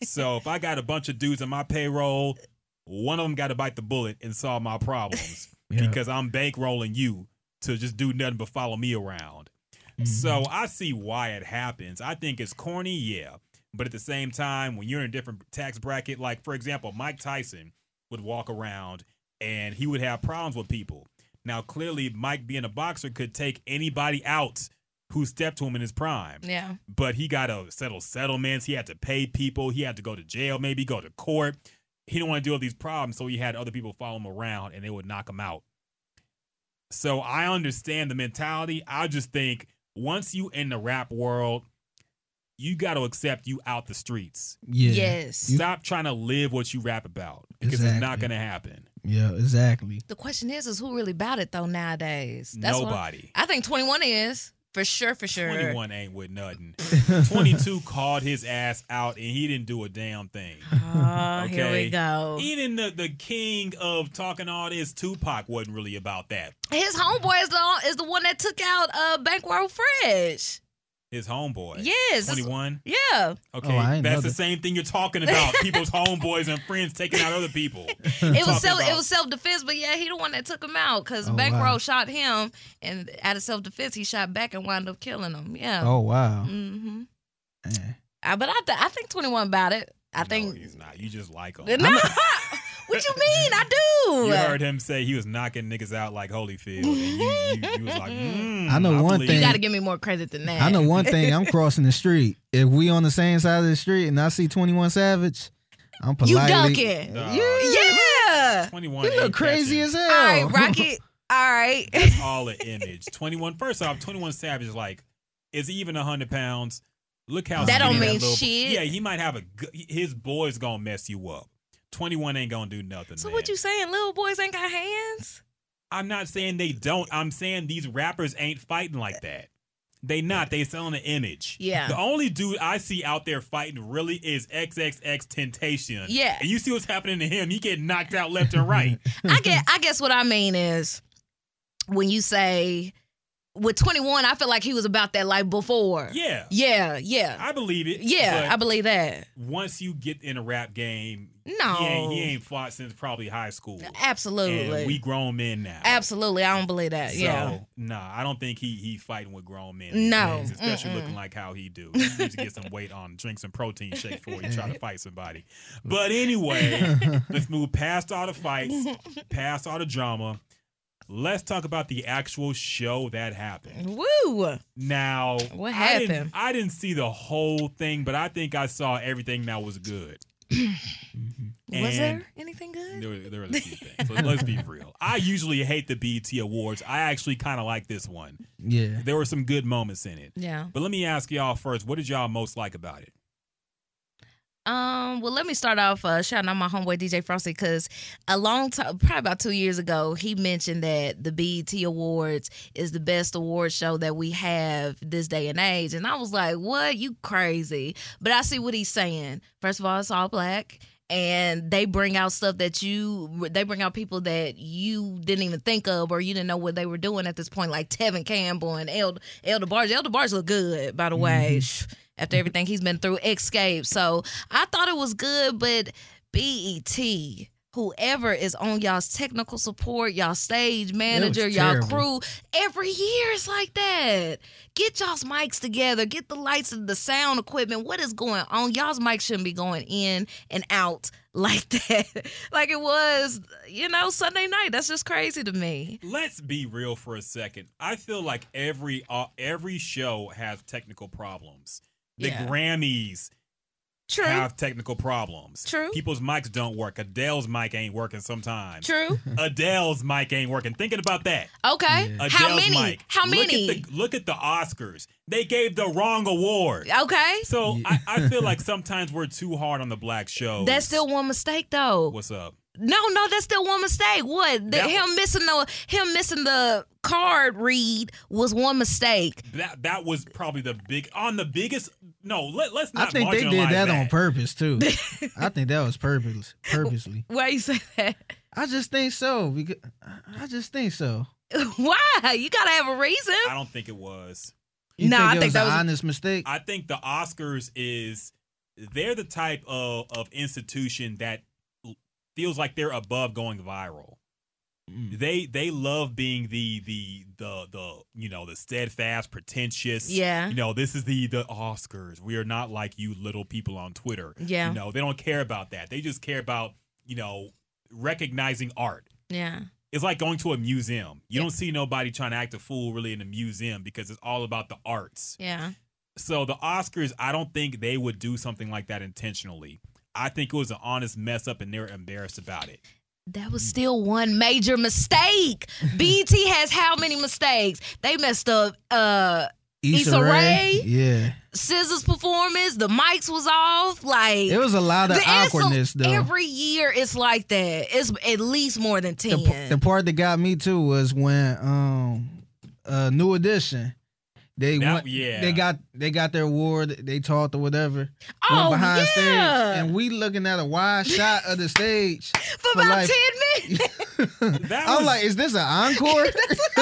[SPEAKER 1] so if I got a bunch of dudes on my payroll, one of them got to bite the bullet and solve my problems
[SPEAKER 3] yeah.
[SPEAKER 1] because I'm bankrolling you to just do nothing but follow me around.
[SPEAKER 3] Mm-hmm.
[SPEAKER 1] So I see why it happens. I think it's corny, yeah. But at the same time, when you're in a different tax bracket, like for example, Mike Tyson would walk around and he would have problems with people. Now, clearly, Mike being a boxer could take anybody out who stepped to him in his prime
[SPEAKER 2] Yeah.
[SPEAKER 1] but he got to settle settlements. He had to pay people. He had to go to jail, maybe go to court. He didn't want to deal with these problems, so he had other people follow him around and they would knock him out. So I understand the mentality. I just think once you in the rap world, you got to accept you out the streets.
[SPEAKER 3] Mm-hmm. yeah.
[SPEAKER 2] Yes.
[SPEAKER 1] Stop trying to live what you rap about because it's not
[SPEAKER 3] Exactly.
[SPEAKER 1] going to happen.
[SPEAKER 3] Yeah, exactly.
[SPEAKER 2] the question is, is who really about it though nowadays? what-
[SPEAKER 1] Nobody.
[SPEAKER 2] I think 21 is for sure. For sure.
[SPEAKER 1] 21 ain't with nothing. 22 called his ass out and he didn't do a damn thing.
[SPEAKER 2] Oh, here
[SPEAKER 1] Okay.
[SPEAKER 2] we go.
[SPEAKER 1] Even the, the king of talking all this, Tupac, wasn't really about that.
[SPEAKER 2] His homeboy is the is the one that took out uh Bankroll Fresh.
[SPEAKER 1] His homeboy.
[SPEAKER 2] Yes. it's-
[SPEAKER 1] 21.
[SPEAKER 2] Yeah.
[SPEAKER 1] Okay.
[SPEAKER 3] Oh, I ain't
[SPEAKER 1] That's
[SPEAKER 3] know
[SPEAKER 1] the
[SPEAKER 3] that.
[SPEAKER 1] same thing you're talking about. People's homeboys and friends taking out other people.
[SPEAKER 2] It
[SPEAKER 1] talking
[SPEAKER 2] was self.
[SPEAKER 1] about.
[SPEAKER 2] It was self defense, but yeah, he the one that took him out because
[SPEAKER 3] Oh,
[SPEAKER 2] Bankroll
[SPEAKER 3] wow.
[SPEAKER 2] shot him, and out of self defense, he shot back and wound up killing him. Yeah.
[SPEAKER 3] Oh wow.
[SPEAKER 2] Mm-hmm.
[SPEAKER 3] Eh.
[SPEAKER 2] Uh, but I, th- I think twenty one about it. I
[SPEAKER 1] No,
[SPEAKER 2] think.
[SPEAKER 1] he's not. You just like him.
[SPEAKER 2] No. what you mean? I do.
[SPEAKER 1] You heard him say he was knocking niggas out like Holyfield. And you, you, you was like, mm,
[SPEAKER 3] I know one
[SPEAKER 1] believe-
[SPEAKER 2] You
[SPEAKER 3] thing-
[SPEAKER 2] got to give me more credit than that.
[SPEAKER 3] I know one thing. I'm crossing the street. If we on the same side of the street and I see 21 Savage, I'm
[SPEAKER 2] You
[SPEAKER 3] politely.
[SPEAKER 2] dunking.
[SPEAKER 1] Nah,
[SPEAKER 2] Yeah.
[SPEAKER 1] 21.
[SPEAKER 3] You look
[SPEAKER 1] ain't
[SPEAKER 3] crazy
[SPEAKER 1] catching.
[SPEAKER 3] as hell.
[SPEAKER 2] All right, Rocket. All right.
[SPEAKER 1] That's all an image. 21. First off, 21 Savage is like, is he even 100 pounds? Look how
[SPEAKER 2] That
[SPEAKER 1] skinny
[SPEAKER 2] don't mean
[SPEAKER 1] little-
[SPEAKER 2] shit.
[SPEAKER 1] Yeah, he might have a. gu- His boy's gonna mess you up. 21 ain't gonna do nothing.
[SPEAKER 2] So
[SPEAKER 1] man.
[SPEAKER 2] what you saying? Little boys ain't got hands.
[SPEAKER 1] I'm not saying they don't. I'm saying these rappers ain't fighting like that. They not. They selling an image.
[SPEAKER 2] Yeah.
[SPEAKER 1] The only dude I see out there fighting really is XXX Temptation.
[SPEAKER 2] Yeah.
[SPEAKER 1] And you see what's happening to him. He get knocked out left and right.
[SPEAKER 2] I get. I guess what I mean is when you say with 21, I feel like he was about that life before.
[SPEAKER 1] Yeah.
[SPEAKER 2] Yeah, yeah,
[SPEAKER 1] I believe it.
[SPEAKER 2] yeah.
[SPEAKER 1] but-
[SPEAKER 2] I believe that.
[SPEAKER 1] once you get in a rap game,
[SPEAKER 2] No.
[SPEAKER 1] he ain't, he ain't fought since probably high school.
[SPEAKER 2] Absolutely,
[SPEAKER 1] And we grown men now.
[SPEAKER 2] absolutely. I don't believe that. yeah,
[SPEAKER 1] So, nah, I don't think he he fighting with grown men.
[SPEAKER 2] No.
[SPEAKER 1] these days, especially
[SPEAKER 2] Mm-mm.
[SPEAKER 1] looking like how he do. He needs to get some weight on, drink some protein shake before he try to fight somebody. But anyway, let's move past all the fights, past all the drama. Let's talk about the actual show that happened.
[SPEAKER 2] woo.
[SPEAKER 1] Now,
[SPEAKER 2] What
[SPEAKER 1] I didn't-
[SPEAKER 2] happened?
[SPEAKER 1] I didn't see the whole thing, but I think I saw everything that was good.
[SPEAKER 2] was
[SPEAKER 1] And-
[SPEAKER 2] there anything good?
[SPEAKER 1] There, were- there were a few things. Let- Let's be real. I usually hate the BET Awards. I actually kind of like this one.
[SPEAKER 3] yeah.
[SPEAKER 1] There were some good moments in it.
[SPEAKER 2] Yeah.
[SPEAKER 1] But let me ask y'all first, what did y'all most like about it?
[SPEAKER 2] Um, well, let me start off uh, shouting out my homeboy DJ Frosty because a long time, probably about two years ago, he mentioned that the BET Awards is the best award show that we have this day and age, and I was like, "What? You crazy?" But I see what he's saying. First of all, it's all black, and they bring out stuff that you they bring out people that you didn't even think of or you didn't know what they were doing at this point, like Tevin Campbell and Elder Elder Barge. Elder Barge look good, by the way. After everything he's been through, Escape. So I thought it was good, but BET, whoever is on y'all's technical support, y'all stage manager, y'all crew,
[SPEAKER 3] terrible.
[SPEAKER 2] every year it's like that. Get y'all's mics together, get the lights and the sound equipment. What is going on? Y'all's mics shouldn't be going in and out like that, like it was, you know, Sunday night. That's just crazy to me.
[SPEAKER 1] Let's be real for a second. I feel like every uh, every show has technical problems. The
[SPEAKER 2] Yeah.
[SPEAKER 1] Grammys
[SPEAKER 2] True.
[SPEAKER 1] have technical problems.
[SPEAKER 2] True.
[SPEAKER 1] People's mics don't work. Adele's mic ain't working sometimes.
[SPEAKER 2] True.
[SPEAKER 1] Adele's mic ain't working. Thinking about that.
[SPEAKER 2] Okay.
[SPEAKER 3] Yeah.
[SPEAKER 2] How
[SPEAKER 1] Adele's
[SPEAKER 2] many?
[SPEAKER 1] mic.
[SPEAKER 2] How many?
[SPEAKER 1] Look at, the, look at the Oscars. They gave the wrong award.
[SPEAKER 2] okay.
[SPEAKER 1] So
[SPEAKER 3] Yeah.
[SPEAKER 1] I, I feel like sometimes we're too hard on the black shows.
[SPEAKER 2] That's still one mistake though.
[SPEAKER 1] what's up.
[SPEAKER 2] No, no, that's still one mistake. What? The-
[SPEAKER 1] That
[SPEAKER 2] him
[SPEAKER 1] was-
[SPEAKER 2] missing the him missing the card read was one mistake.
[SPEAKER 1] That that was probably the big on the biggest. No, let let's
[SPEAKER 3] I
[SPEAKER 1] not.
[SPEAKER 3] think they
[SPEAKER 1] marginalize
[SPEAKER 3] did that, on purpose too. I think that was purpose, purposely.
[SPEAKER 2] Why you say that?
[SPEAKER 3] I just think so because I just think so.
[SPEAKER 2] Why? You gotta have a reason.
[SPEAKER 1] I don't think it was.
[SPEAKER 3] You
[SPEAKER 2] No,
[SPEAKER 3] think
[SPEAKER 2] I
[SPEAKER 3] it
[SPEAKER 2] think
[SPEAKER 3] was
[SPEAKER 2] that
[SPEAKER 3] an
[SPEAKER 2] was-
[SPEAKER 3] honest mistake.
[SPEAKER 1] I think the Oscars is they're the type of of institution that feels like they're above going viral.
[SPEAKER 3] Mm.
[SPEAKER 1] They they love being the the the the you know the steadfast, pretentious.
[SPEAKER 2] Yeah.
[SPEAKER 1] You know this is the the Oscars. We are not like you little people on Twitter.
[SPEAKER 2] Yeah.
[SPEAKER 1] You know they don't care about that. They just care about you know recognizing art.
[SPEAKER 2] Yeah.
[SPEAKER 1] it's like going to a museum. You don't see nobody trying to act a fool really in a museum because it's all about the arts.
[SPEAKER 2] Yeah.
[SPEAKER 1] So the Oscars, I don't think they would do something like that intentionally. I think it was an honest mess up and they're embarrassed about it.
[SPEAKER 2] That was still one major mistake. BET has how many mistakes? They messed up uh Issa Rae?
[SPEAKER 3] Yeah,
[SPEAKER 2] Scissor's performance, the mics was off, like
[SPEAKER 3] it was a lot of
[SPEAKER 2] The- it's a-
[SPEAKER 3] awkwardness though.
[SPEAKER 2] Every year it's like that. It's at least more than ten.
[SPEAKER 3] the, p- the part that got me too was when um uh new edition they
[SPEAKER 1] That-
[SPEAKER 3] went
[SPEAKER 1] yeah.
[SPEAKER 3] they got they got their award they talked or whatever
[SPEAKER 2] oh
[SPEAKER 3] went behind stage
[SPEAKER 2] yeah,
[SPEAKER 3] and we looking at a wide shot of the stage
[SPEAKER 2] for
[SPEAKER 3] for
[SPEAKER 2] about
[SPEAKER 3] life.
[SPEAKER 2] ten minutes.
[SPEAKER 1] That
[SPEAKER 3] i'm
[SPEAKER 1] was-
[SPEAKER 3] like is this an encore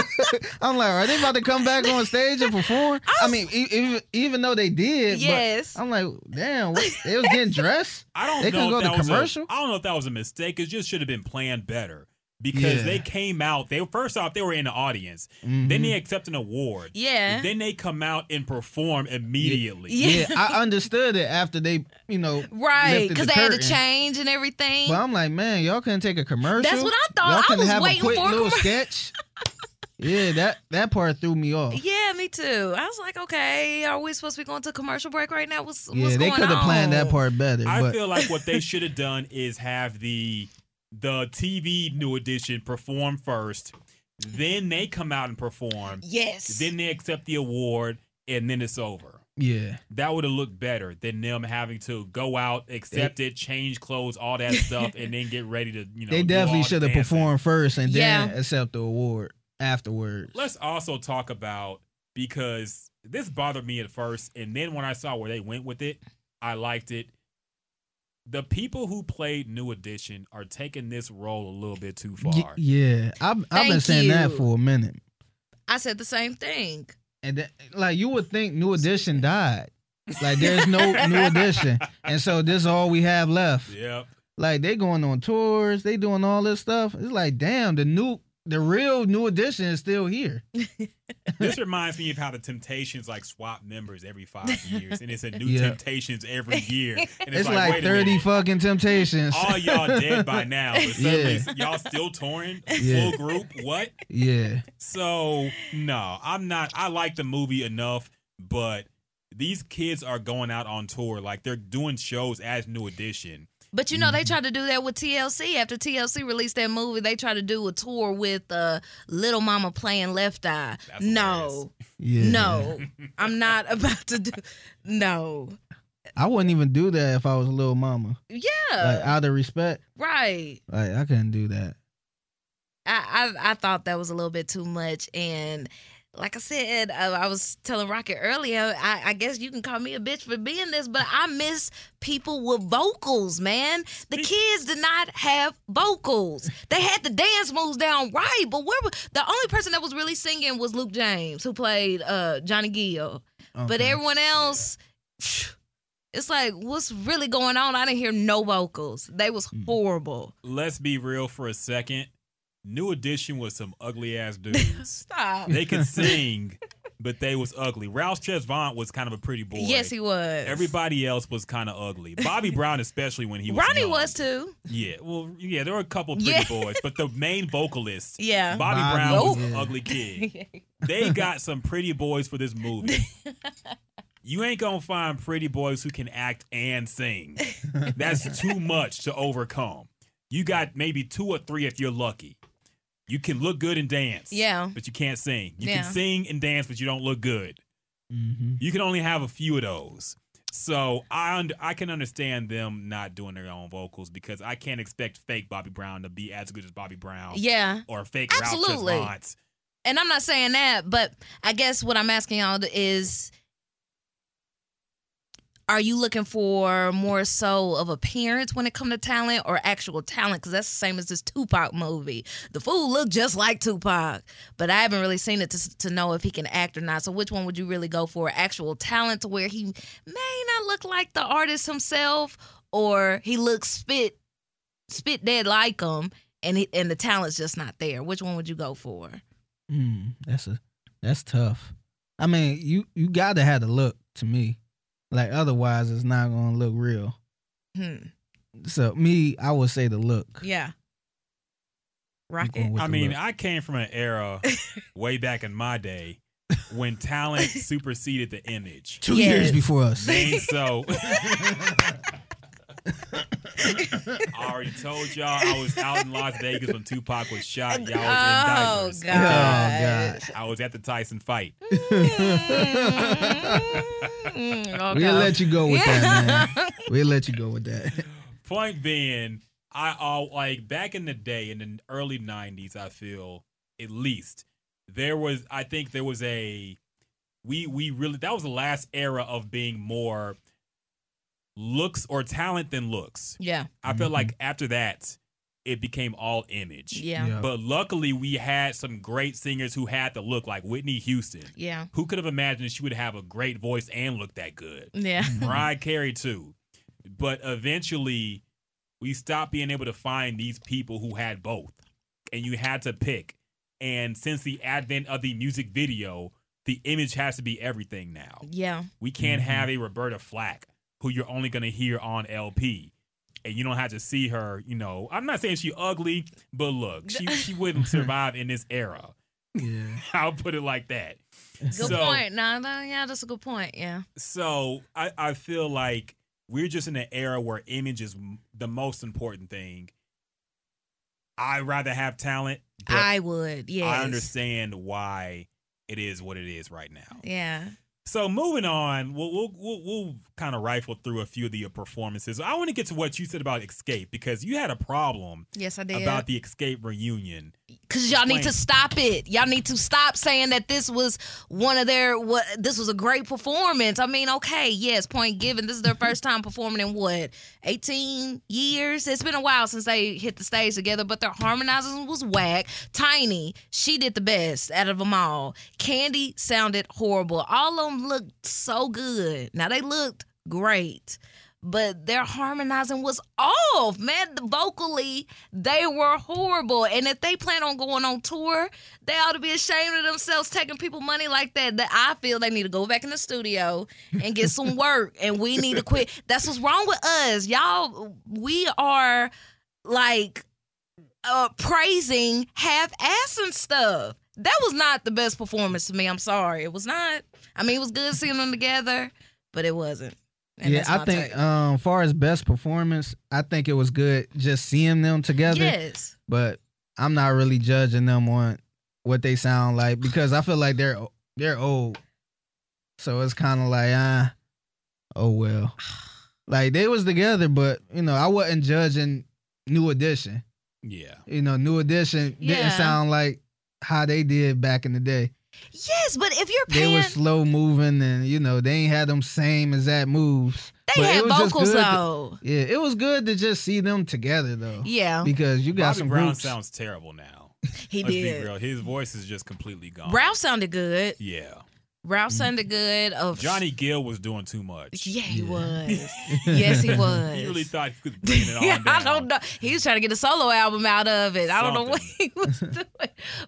[SPEAKER 3] i'm like are they about to come back on stage and perform i,
[SPEAKER 2] was-
[SPEAKER 3] mean e- even, even though they did but
[SPEAKER 2] Yes.
[SPEAKER 3] i'm like damn what, they was getting dressed
[SPEAKER 1] I don't
[SPEAKER 3] They
[SPEAKER 1] know
[SPEAKER 3] couldn't
[SPEAKER 1] if
[SPEAKER 3] go
[SPEAKER 1] that
[SPEAKER 3] to
[SPEAKER 1] was
[SPEAKER 3] commercial?
[SPEAKER 1] A, I don't know if that was a mistake. It just should have been planned better. Because
[SPEAKER 3] Yeah.
[SPEAKER 1] they came out, they first off they were in the audience. Then
[SPEAKER 3] Mm-hmm.
[SPEAKER 1] they accept an award.
[SPEAKER 2] Yeah.
[SPEAKER 1] Then they come out and perform immediately.
[SPEAKER 2] Yeah.
[SPEAKER 3] yeah i understood it after they you know
[SPEAKER 2] Right,
[SPEAKER 3] lifted
[SPEAKER 2] because
[SPEAKER 3] the
[SPEAKER 2] they had to
[SPEAKER 3] curtain.
[SPEAKER 2] change and everything.
[SPEAKER 3] But I'm like, man, y'all couldn't take a commercial.
[SPEAKER 2] That's what I thought.
[SPEAKER 3] Y'all
[SPEAKER 2] I
[SPEAKER 3] couldn't
[SPEAKER 2] was
[SPEAKER 3] have
[SPEAKER 2] waiting
[SPEAKER 3] a quick
[SPEAKER 2] for a
[SPEAKER 3] little
[SPEAKER 2] commer-
[SPEAKER 3] sketch. yeah, that that part threw me off.
[SPEAKER 2] yeah, me too. I was like, okay, are we supposed to be going to commercial break right now? What's
[SPEAKER 3] Yeah,
[SPEAKER 2] what's
[SPEAKER 3] they
[SPEAKER 2] going
[SPEAKER 3] could have
[SPEAKER 2] on?
[SPEAKER 3] planned that part better.
[SPEAKER 1] I
[SPEAKER 3] but
[SPEAKER 1] feel like what they should have done is have the the TV new edition perform first, then they come out and perform,
[SPEAKER 2] Yes.
[SPEAKER 1] then they accept the award, and then it's over.
[SPEAKER 3] yeah,
[SPEAKER 1] That would have looked better than them having to go out, accept it, change clothes, all that stuff, and then get ready to you know.
[SPEAKER 3] they
[SPEAKER 1] do
[SPEAKER 3] definitely
[SPEAKER 1] all the
[SPEAKER 3] should have
[SPEAKER 1] dancing.
[SPEAKER 3] performed first and
[SPEAKER 2] Yeah.
[SPEAKER 3] then accept the award afterwards.
[SPEAKER 1] Let's also talk about because this bothered me at first, and then when I saw where they went with it, I liked it. The people who played New Edition are taking this role a little bit too far.
[SPEAKER 3] Y- yeah, I've, I've been
[SPEAKER 2] Thank
[SPEAKER 3] saying that
[SPEAKER 2] you.
[SPEAKER 3] for a minute,
[SPEAKER 2] I said the same thing.
[SPEAKER 3] and then, like you would think New Edition died. Like there's no New Edition, and so this is all we have left.
[SPEAKER 1] Yep.
[SPEAKER 3] Like they going on tours, they doing all this stuff. It's like, damn, the new, the real New Edition is still here.
[SPEAKER 1] This reminds me of how the Temptations like swap members every five years, and it's a new
[SPEAKER 3] Yeah.
[SPEAKER 1] Temptations every year. And it's,
[SPEAKER 3] It's like,
[SPEAKER 1] wait a
[SPEAKER 3] 30
[SPEAKER 1] minute,
[SPEAKER 3] fucking temptations.
[SPEAKER 1] All y'all dead by now, but suddenly y'all still touring,
[SPEAKER 3] Yeah.
[SPEAKER 1] full group. What?
[SPEAKER 3] yeah.
[SPEAKER 1] So no, I'm not. I like the movie enough, but these kids are going out on tour. Like they're doing shows as New Edition.
[SPEAKER 2] But you know,
[SPEAKER 3] Mm-hmm.
[SPEAKER 2] they tried to do that with TLC. After TLC released that movie, they tried to do a tour with uh, Little Mama playing Left Eye.
[SPEAKER 1] That's
[SPEAKER 2] no,
[SPEAKER 3] Yeah.
[SPEAKER 2] no, I'm not about to do. No,
[SPEAKER 3] I wouldn't even do that if I was a little mama. Like,
[SPEAKER 2] yeah,
[SPEAKER 3] out of respect,
[SPEAKER 2] right.
[SPEAKER 3] like, I couldn't do that.
[SPEAKER 2] I, I I thought that was a little bit too much, and like I said, uh, I was telling Rocket earlier. I, I guess you can call me a bitch for being this, but I miss people with vocals, man. The kids did not have vocals. They had the dance moves down right, but where were, the only person that was really singing was Luke James, who played uh, Johnny Gill. But
[SPEAKER 3] Okay.
[SPEAKER 2] everyone else, it's like, what's really going on? I didn't hear no vocals. They was
[SPEAKER 3] Mm.
[SPEAKER 2] horrible.
[SPEAKER 1] Let's be real for a second. New Edition was some ugly ass dudes.
[SPEAKER 2] Stop.
[SPEAKER 1] they could sing, but they was ugly. Ralph Chesvant was kind of a pretty boy.
[SPEAKER 2] Yes, he was.
[SPEAKER 1] Everybody else was kind of ugly. Bobby Brown, especially when he was
[SPEAKER 2] Ronnie
[SPEAKER 1] young.
[SPEAKER 2] was too.
[SPEAKER 1] Yeah, well, yeah, there were a couple pretty
[SPEAKER 2] Yeah.
[SPEAKER 1] boys, but the main vocalist,
[SPEAKER 2] Yeah.
[SPEAKER 1] Bobby
[SPEAKER 3] Bobby,
[SPEAKER 1] Brown, was an
[SPEAKER 3] yeah.
[SPEAKER 1] ugly kid. They got some pretty boys for this movie. You ain't gonna find pretty boys who can act and sing. That's too much to overcome. You got maybe two or three if you're lucky. You can look good and dance.
[SPEAKER 2] yeah.
[SPEAKER 1] But you can't sing. You
[SPEAKER 2] Yeah.
[SPEAKER 1] can sing and dance, but you don't look good.
[SPEAKER 3] Mm-hmm.
[SPEAKER 1] You can only have a few of those. So I und- I can understand them not doing their own vocals because I can't expect fake Bobby Brown to be as good as Bobby Brown
[SPEAKER 2] Yeah.
[SPEAKER 1] or fake
[SPEAKER 2] Absolutely.
[SPEAKER 1] Ralph Tresvant.
[SPEAKER 2] And I'm not saying that, but I guess what I'm asking y'all is are you looking for more so of appearance when it comes to talent or actual talent? Because that's the same as this Tupac movie. The fool looked just like Tupac, but I haven't really seen it to, to know if he can act or not. So, which one would you really go for? Actual talent to where he may not look like the artist himself, or he looks spit spit dead like him, and he, and the talent's just not there. Which one would you go for?
[SPEAKER 3] Mm, that's a that's tough. I mean, you you gotta have the look to me. Like otherwise, it's not gonna look real.
[SPEAKER 2] Hmm.
[SPEAKER 3] So me, I would say the look.
[SPEAKER 2] Yeah.
[SPEAKER 3] I'm
[SPEAKER 2] Rocket.
[SPEAKER 3] going with
[SPEAKER 1] I
[SPEAKER 3] the
[SPEAKER 1] mean,
[SPEAKER 3] look.
[SPEAKER 1] I came from an era way back in my day when talent superseded the image.
[SPEAKER 3] two
[SPEAKER 2] Yes.
[SPEAKER 3] years before us.
[SPEAKER 1] And so I already told y'all I was out in Las Vegas when Tupac was shot. Y'all was in
[SPEAKER 2] Oh,
[SPEAKER 1] diapers.
[SPEAKER 2] God.
[SPEAKER 1] I was at the Tyson fight.
[SPEAKER 3] Oh,
[SPEAKER 2] Mm,
[SPEAKER 3] We'll
[SPEAKER 2] okay.
[SPEAKER 3] let you go with that, man.
[SPEAKER 2] Yeah.
[SPEAKER 3] We'll let you go with that.
[SPEAKER 1] Point being, I all like back in the day in the early '90s. I feel at least there was. I think there was a we we really that was the last era of being more looks or talent than looks.
[SPEAKER 2] Yeah.
[SPEAKER 1] I feel
[SPEAKER 3] Mhm.
[SPEAKER 1] like after that, it became all image.
[SPEAKER 2] Yeah.
[SPEAKER 3] Yeah.
[SPEAKER 1] But luckily, we had some great singers who had the look, like Whitney Houston.
[SPEAKER 2] Yeah.
[SPEAKER 1] Who could have imagined she would have a great voice and look that good?
[SPEAKER 2] Yeah.
[SPEAKER 3] Mm.
[SPEAKER 1] Mariah Carey too. But eventually, we stopped being able to find these people who had both, and you had to pick. And since the advent of the music video, the image has to be everything now.
[SPEAKER 2] Yeah.
[SPEAKER 1] We can't
[SPEAKER 3] Mhm.
[SPEAKER 1] have a Roberta Flack who you're only going to hear on LP. And you don't have to see her, you know. I'm not saying she ugly, but look, she, she wouldn't survive in this era.
[SPEAKER 3] yeah.
[SPEAKER 1] I'll put it like that.
[SPEAKER 2] Good
[SPEAKER 1] So-
[SPEAKER 2] point. No, no, yeah, that's a good point. Yeah.
[SPEAKER 1] So I, I feel like we're just in an era where image is m- the most important thing. I'd rather have talent, but I,
[SPEAKER 2] I would. Yeah.
[SPEAKER 1] understand why it is what it is right now.
[SPEAKER 2] Yeah.
[SPEAKER 1] So moving on, we'll we'll we'll, we'll kind of rifle through a few of the performances. I want to get to what you said about Escape because you had a problem
[SPEAKER 2] Yes, I did.
[SPEAKER 1] about the Escape reunion.
[SPEAKER 2] Cause y'all need to
[SPEAKER 1] Explain.
[SPEAKER 2] stop it. Y'all need to stop saying that this was one of their what this was a great performance. I mean, okay, yes, point given. This is their first time performing in what, 18 years? It's been a while since they hit the stage together, but their harmonizing was whack. Tiny, she did the best out of them all. Candy sounded horrible. All of them looked so good. Now they looked great. But their harmonizing was off, man. Vocally, they were horrible. And if they plan on going on tour, they ought to be ashamed of themselves taking people money like that. That I feel they need to go back in the studio and get some work. And we need to quit. That's what's wrong with us. Y'all, we are like uh praising half ass and stuff. That was not the best performance to me. I'm sorry. It was not. I mean, it was good seeing them together, but it wasn't. And
[SPEAKER 3] yeah,
[SPEAKER 2] that's
[SPEAKER 3] I
[SPEAKER 2] my
[SPEAKER 3] think
[SPEAKER 2] take.
[SPEAKER 3] um far as best performance, I think it was good just seeing them together.
[SPEAKER 2] yes.
[SPEAKER 3] But I'm not really judging them on what they sound like because I feel like they're they're old. So it's kind of like ah, oh well. Like they was together, but you know I wasn't judging New Edition.
[SPEAKER 1] Yeah.
[SPEAKER 3] You know New Edition didn't
[SPEAKER 2] Yeah.
[SPEAKER 3] sound like how they did back in the day.
[SPEAKER 2] Yes, but if you're
[SPEAKER 3] They
[SPEAKER 2] paying
[SPEAKER 3] were slow moving, and you know they ain't had them same exact moves.
[SPEAKER 2] They
[SPEAKER 3] But it
[SPEAKER 2] had
[SPEAKER 3] was just
[SPEAKER 2] vocals
[SPEAKER 3] good to-
[SPEAKER 2] though.
[SPEAKER 3] Yeah, it was good to just see them together though.
[SPEAKER 2] yeah,
[SPEAKER 3] Because you got
[SPEAKER 1] Bobby
[SPEAKER 3] some
[SPEAKER 1] Brown
[SPEAKER 3] groups.
[SPEAKER 1] sounds terrible now.
[SPEAKER 2] he
[SPEAKER 1] Let's be
[SPEAKER 2] did.
[SPEAKER 1] real. His voice is just completely gone.
[SPEAKER 2] Ralph sounded good.
[SPEAKER 1] Yeah.
[SPEAKER 2] Ralph
[SPEAKER 3] Mm.
[SPEAKER 2] sounded good. Of
[SPEAKER 1] Johnny Gill was doing too much.
[SPEAKER 2] Yeah, he
[SPEAKER 3] Yeah.
[SPEAKER 2] was. yes, he was.
[SPEAKER 1] He really thought he could bring it on
[SPEAKER 2] yeah,
[SPEAKER 1] down.
[SPEAKER 2] I don't know. He was trying to get a solo album out of it. I don't know what
[SPEAKER 1] Something.
[SPEAKER 2] he was doing.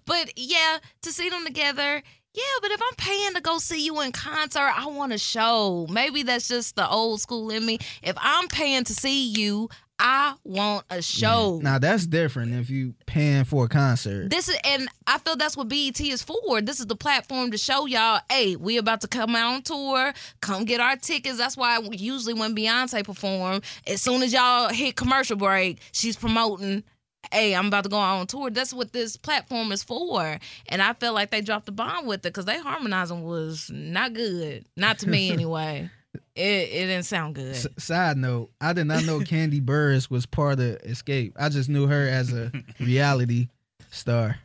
[SPEAKER 2] But yeah, to see them together, Yeah, but if I'm paying to go see you in concert, I want a show. Maybe that's just the old school in me. If I'm paying to see you, I want a show.
[SPEAKER 3] Now that's different if you paying for a concert.
[SPEAKER 2] This is, and I feel that's what BET is for. This is the platform to show y'all, hey, we about to come out on tour. Come get our tickets. That's why usually when Beyonce perform, as soon as y'all hit commercial break, she's promoting. Hey, I'm about to go on tour. That's what this platform is for, and I feel like they dropped the bomb with it because they harmonizing was not good, not to me anyway. It it didn't sound good.
[SPEAKER 3] S- side note: I did not know Candy Burris was part of Escape. I just knew her as a reality star.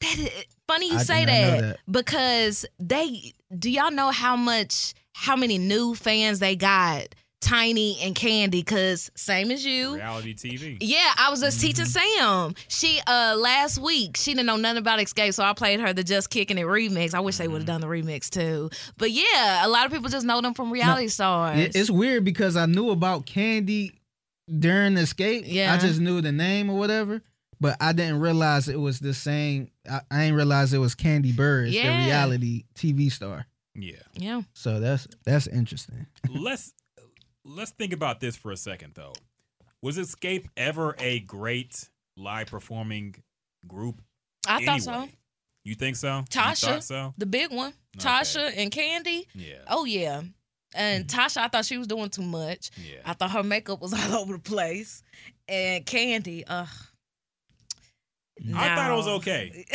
[SPEAKER 2] That is, funny you
[SPEAKER 3] I did
[SPEAKER 2] say
[SPEAKER 3] not know
[SPEAKER 2] that,
[SPEAKER 3] that.
[SPEAKER 2] because they do y'all know how much how many new fans they got Tiny and Candy cuz same as you.
[SPEAKER 1] Reality TV.
[SPEAKER 2] Yeah, I was just teaching
[SPEAKER 1] Mm-hmm.
[SPEAKER 2] Sam. She uh last week she didn't know nothing about Escape, so I played her the Just Kicking It remix. I wish they would have
[SPEAKER 1] Mm-hmm.
[SPEAKER 2] done the remix too. But yeah, a lot of people just know them from reality stars.
[SPEAKER 3] It- it's weird because I knew about Candy during Escape.
[SPEAKER 2] Yeah.
[SPEAKER 3] I just knew the name or whatever, but I didn't realize it was the same. I, I didn't realize it was Candy Burris,
[SPEAKER 2] Yeah.
[SPEAKER 3] the reality TV star.
[SPEAKER 1] Yeah.
[SPEAKER 2] yeah.
[SPEAKER 3] So that's that's interesting.
[SPEAKER 1] let's let's think about this for a second though. Was Escape ever a great live performing group?
[SPEAKER 2] I thought so.
[SPEAKER 1] anyway? You think so?
[SPEAKER 2] Tasha.
[SPEAKER 1] You thought so?
[SPEAKER 2] The big one,
[SPEAKER 1] Okay.
[SPEAKER 2] Tasha and Candy.
[SPEAKER 1] Yeah.
[SPEAKER 2] Oh yeah. And
[SPEAKER 1] Mm-hmm.
[SPEAKER 2] Tasha, I thought she was doing too much.
[SPEAKER 1] Yeah.
[SPEAKER 2] I thought her makeup was all over the place. And Candy, ugh.
[SPEAKER 1] I thought it was
[SPEAKER 2] No.
[SPEAKER 1] okay.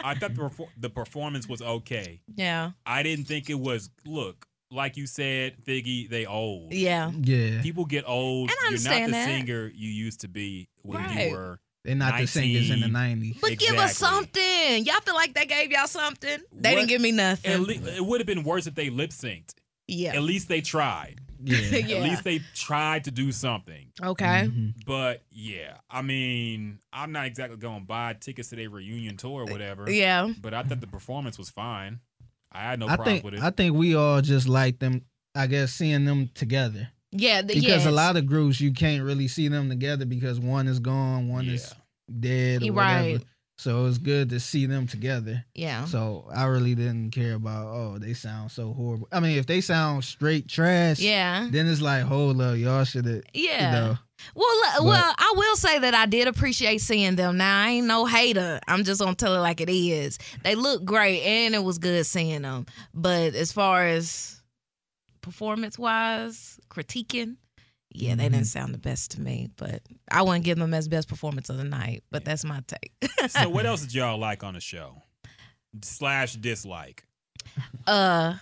[SPEAKER 1] I thought the perfor- the performance was okay.
[SPEAKER 2] yeah.
[SPEAKER 1] I didn't think it was. Look, like you said, Figgy, they old.
[SPEAKER 2] Yeah.
[SPEAKER 3] Yeah,
[SPEAKER 1] People get old.
[SPEAKER 2] And I
[SPEAKER 1] You're not the
[SPEAKER 2] understand that.
[SPEAKER 1] singer you used to be when
[SPEAKER 2] Right.
[SPEAKER 1] you were.
[SPEAKER 3] they're not the singers in the 90s.
[SPEAKER 2] But give us
[SPEAKER 1] Exactly.
[SPEAKER 2] something. Y'all feel like they gave y'all something? They
[SPEAKER 1] What-
[SPEAKER 2] didn't give me
[SPEAKER 1] At
[SPEAKER 2] nothing.
[SPEAKER 1] le- it would have been worse if they lip synced.
[SPEAKER 2] yeah.
[SPEAKER 1] At least they tried.
[SPEAKER 3] Yeah.
[SPEAKER 2] Yeah. Mm-hmm.
[SPEAKER 1] At least they tried to do something.
[SPEAKER 2] okay.
[SPEAKER 3] Mhm.
[SPEAKER 1] But yeah, I mean, I'm not exactly going to buy tickets to their reunion tour or whatever.
[SPEAKER 2] Uh, Yeah.
[SPEAKER 1] But I thought the performance was fine. I had no
[SPEAKER 3] I
[SPEAKER 1] problem
[SPEAKER 3] think
[SPEAKER 1] with it.
[SPEAKER 3] I think we all just like them. I guess seeing them together
[SPEAKER 2] Yeah. The,
[SPEAKER 3] because
[SPEAKER 2] yes.
[SPEAKER 3] a lot of groups you can't really see them together because one is gone, one is dead or
[SPEAKER 2] You
[SPEAKER 3] whatever.
[SPEAKER 2] right.
[SPEAKER 3] So it's good to see them together.
[SPEAKER 1] Uh-huh.
[SPEAKER 2] Yeah.
[SPEAKER 3] So I really didn't care about oh they sound so horrible. I mean if they sound straight trash,
[SPEAKER 2] Yeah.
[SPEAKER 3] then it's like hold up y'all should have
[SPEAKER 2] Yeah.
[SPEAKER 3] you know
[SPEAKER 2] Well, look-
[SPEAKER 3] But-
[SPEAKER 2] well, I will say that I did appreciate seeing them. Now I ain't no hater. I'm just gonna tell it like it is. They look great, and it was good seeing them. But as far as performance wise, critiquing, yeah, they
[SPEAKER 3] Mm-hmm.
[SPEAKER 2] didn't sound the best to me. But I wouldn't give them as best performance of the night. But that's my take.
[SPEAKER 1] so what else did y'all like on the show? Slash dislike.
[SPEAKER 2] uh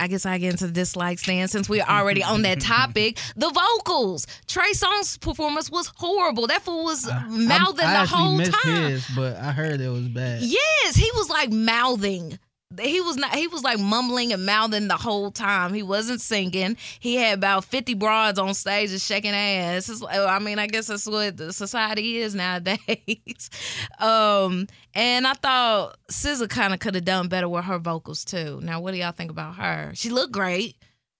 [SPEAKER 2] I guess I get into the dislikes then since we're already on that topic. The vocals. Trey Songz's performance was horrible. That fool was mouthing
[SPEAKER 3] I'm- I
[SPEAKER 2] the
[SPEAKER 3] actually
[SPEAKER 2] whole
[SPEAKER 3] missed
[SPEAKER 2] time.
[SPEAKER 3] his, but I heard it was bad.
[SPEAKER 2] Yes, he was like mouthing. He was not. He was like mumbling and mouthing the whole time. He wasn't singing. He had about fifty broads on stage just shaking ass. It's, I mean, I guess that's what the society is nowadays. um, and I thought SZA kind of could have done better with her vocals too. Now, what do y'all think about her? She looked great,